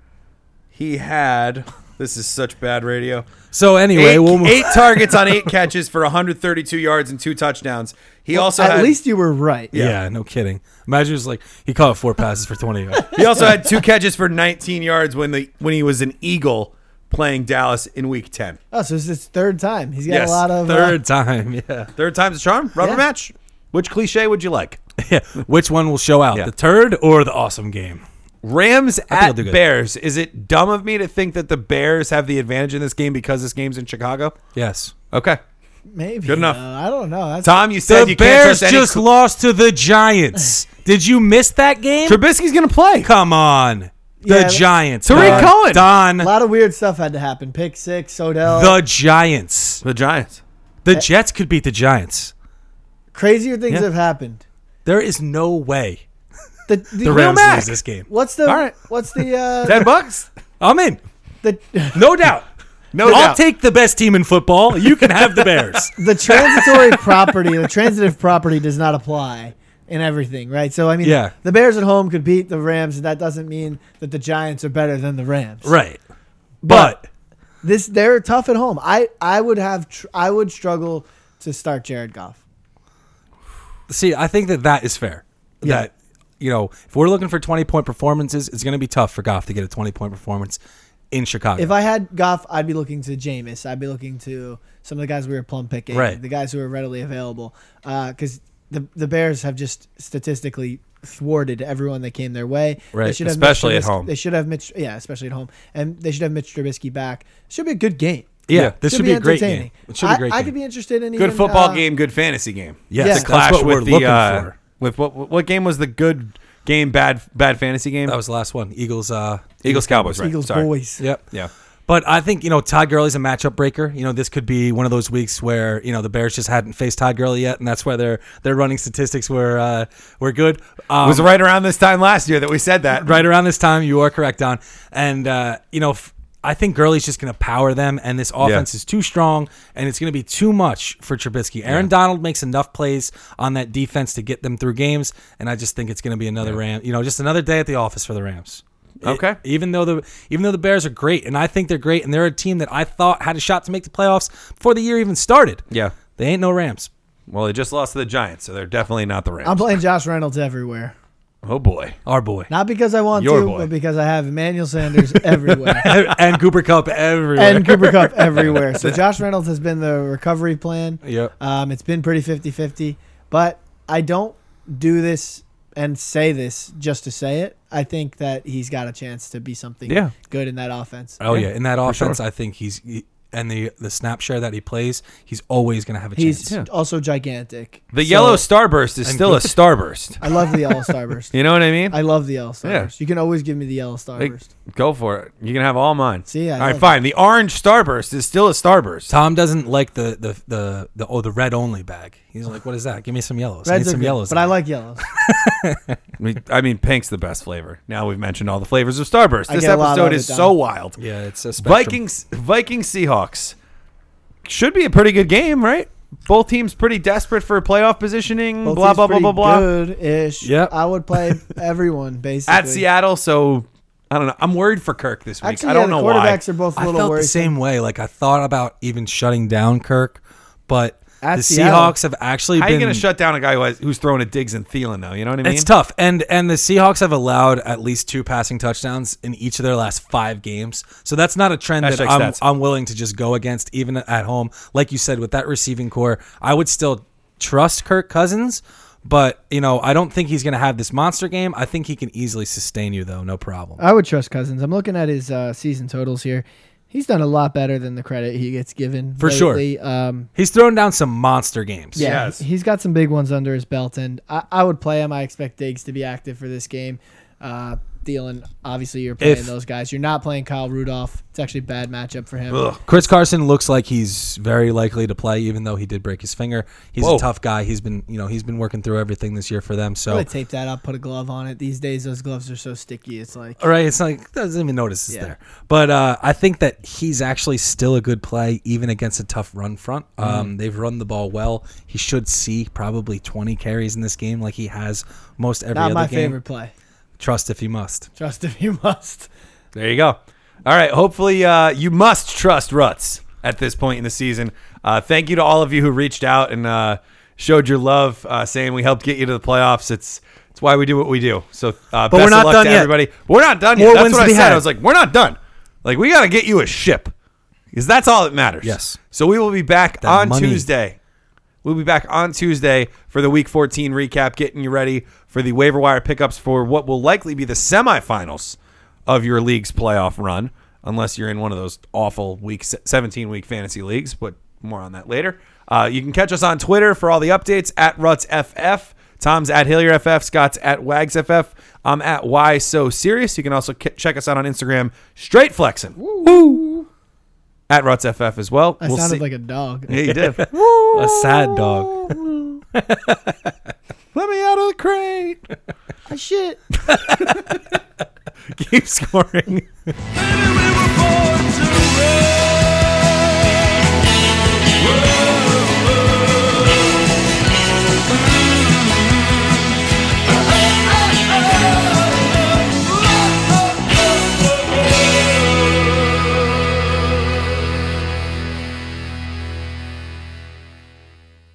He had. This is such bad radio. So anyway, eight, we'll move. eight targets on eight catches for 132 yards and two touchdowns. He also at had, least you were right. Yeah. no kidding. Imagine it's like he caught four passes for twenty. yards. he also had two catches for 19 yards when the when he was an Eagle playing Dallas in Week 10. Oh, so it's his third time. He's got Yes, a lot of uh, Third time. Yeah, Uh, Third time's a charm. Rubber Yeah. match. Which cliche would you like? yeah. Which one will show out? Yeah. The third or the awesome game? Rams I'll at do good. Bears. Is it dumb of me to think that the Bears have the advantage in this game because this game's in Chicago? Yes. Okay. maybe. Good enough. uh, I don't know. That's, Tom, you said The you Bears can't trust just any lost to the Giants. Did you miss that game? Trubisky's going to play. Come on, the Yeah, Giants. Tariq Don- Cohen. Don. a lot of weird stuff had to happen. Pick six, Odell. The Giants. The Giants. The Jets could beat the Giants. Crazier things Yeah. have happened. There is no way The, the, the Rams Mac. lose this game. What's the All right. what's the uh 10 bucks? I'm in. the No doubt. No I'll doubt. take the best team in football. You can have the Bears. the transitory property, the transitive property does not apply in everything, right? So I mean Yeah. the Bears at home could beat the Rams, and that doesn't mean that the Giants are better than the Rams. right. But, This they're tough at home. I I would have tr- I would struggle to start Jared Goff. see, I think that that is fair. Yeah. That you know, if we're looking for 20 point performances, it's going to be tough for Goff to get a 20 point performance in Chicago. If I had Goff, I'd be looking to Jameis. I'd be looking to some of the guys we were plum picking, Right. the guys who are readily available, because the the Bears have just statistically thwarted everyone that came their way. They Right. should have Especially at Mitch Trubisky- home. They should have Mitch, yeah, especially at home, and they should have Mitch Trubisky back. Should be a good game. yeah, this should, be, a great entertaining. game. It should be a great I, I game. could be interested in Good even, football uh, game, good fantasy game. yes, Yeah. The That's clash what we're with the looking uh, for. with what what game was the good game bad bad fantasy game? That was the last one. Eagles uh Eagles Cowboys, right? Eagles Sorry. boys. Yep. Yeah. But I think, you know, Todd Gurley's a matchup breaker. You know, this could be one of those weeks where, you know, the Bears just hadn't faced Todd Gurley yet, and that's why their their running statistics were uh, were good. Um, It was right around this time last year that we said that. right around this time, you are correct, Don. And, uh, you know, f- I think Gurley's just going to power them, and this offense is too strong, and it's going to be too much for Trubisky. Aaron Donald makes enough plays on that defense to get them through games, and I just think it's going to be another Ram, you know, just another day at the office for the Rams. It- Okay. even though the even though the Bears are great, and I think they're great, and they're a team that I thought had a shot to make the playoffs before the year even started. Yeah. They ain't no Rams. Well, they just lost to the Giants, so they're definitely not the Rams. I'm playing Josh Reynolds everywhere. oh boy. Our boy. Not because I want Your to, boy. but because I have Emmanuel Sanders everywhere. and Cooper Cup everywhere. and Cooper Cup everywhere. So Josh Reynolds has been the recovery plan. Yep. Um, it's been pretty 50 50. But I don't do this and say this just to say it. I think that he's got a chance to be something Yeah. Uh, good in that offense. Oh yeah, in that for offense, I think he's he- and the the snap share that he plays, he's always going to have a He's chance. also gigantic. The So, yellow starburst is And still a good. starburst. I love the yellow starburst. You know what I mean? I love the yellow starburst. Yeah. You can always give me the yellow Like, starburst. go for it. You can have all mine. See, I all right, like fine. The orange starburst is still a starburst. Tom doesn't like the the the, the oh the red only bag. He's like, what is that? Give me some yellows. I need Reds are some good, yellows. but I like yellows. I mean, I mean, pink's the best flavor. Now we've mentioned all the flavors of starburst. I This get a lot episode of it, is so Don. wild. Yeah, it's a spectrum. Vikings, Vikings, Seahawks should be a pretty good game, right? Both teams pretty desperate for playoff positioning. Both blah teams blah blah pretty blah blah. Good ish. Yep. I would play everyone basically. At Seattle, so I don't know. I'm worried for Kirk this week. Actually, I don't know yeah, the why. quarterbacks are both a I little felt the worrisome. same way. Like I thought about even shutting down Kirk, but At the Seattle. Seahawks have actually How are been you going to shut down a guy who has, who's throwing a Diggs and Thielen though? You know what I mean? It's tough, and and the Seahawks have allowed at least two passing touchdowns in each of their last five games. So that's not a trend that Hashtag I'm, stats. I'm willing to just go against, even at home. Like you said, with that receiving core, I would still trust Kirk Cousins, but you know I don't think he's going to have this monster game. I think he can easily sustain you though, no problem. I would trust Cousins. I'm looking at his uh, season totals here. He's done a lot better than the credit he gets given. For sure. lately. Um, he's thrown down some monster games. yeah, Yes. he's got some big ones under his belt, and I, I would play him. I expect Diggs to be active for this game. Uh, Thielen, obviously, you're playing If- those guys. You're not playing Kyle Rudolph. It's actually a bad matchup for him. Ugh. Chris Carson looks like he's very likely to play, even though he did break his finger. He's Whoa. a tough guy. He's been, you know, he's been working through everything this year for them. I'm So gonna tape that up, put a glove on it. These days, those gloves are so sticky. It's like All right, it's like doesn't even notice it's Yeah. there. But uh, I think that he's actually still a good play, even against a tough run front. Mm-hmm. Um, they've run the ball well. He should see probably 20 carries in this game, like he has most every not other my game. favorite play. Trust if you must. Trust if you must. There you go. All right. Hopefully, uh, you must trust Ruts at this point in the season. Uh, thank you to all of you who reached out and uh, showed your love, uh, saying we helped get you to the playoffs. It's it's why we do what we do. So, uh, best we're not of luck done to yet. everybody. We're not done More yet. That's wins what to I be said. had. I was like, we're not done. Like we got to get you a ship because that's all that matters. Yes. So we will be back That on money. Tuesday. We'll be back on Tuesday for the Week 14 recap, getting you ready for the waiver wire pickups for what will likely be the semifinals of your league's playoff run, unless you're in one of those awful week 17 week fantasy leagues. But more on that later. Uh, you can catch us on Twitter for all the updates at RutsFF. Tom's at HillierFF. Scott's at WagsFF. I'm at Why So Serious. You can also k- check us out on Instagram, Straight Flexin. Woo! At RutsFF as well. I We'll sounded see- like a dog. yeah, you did. A sad dog. Let me out of the crate. Ah, shit. keep scoring. Baby,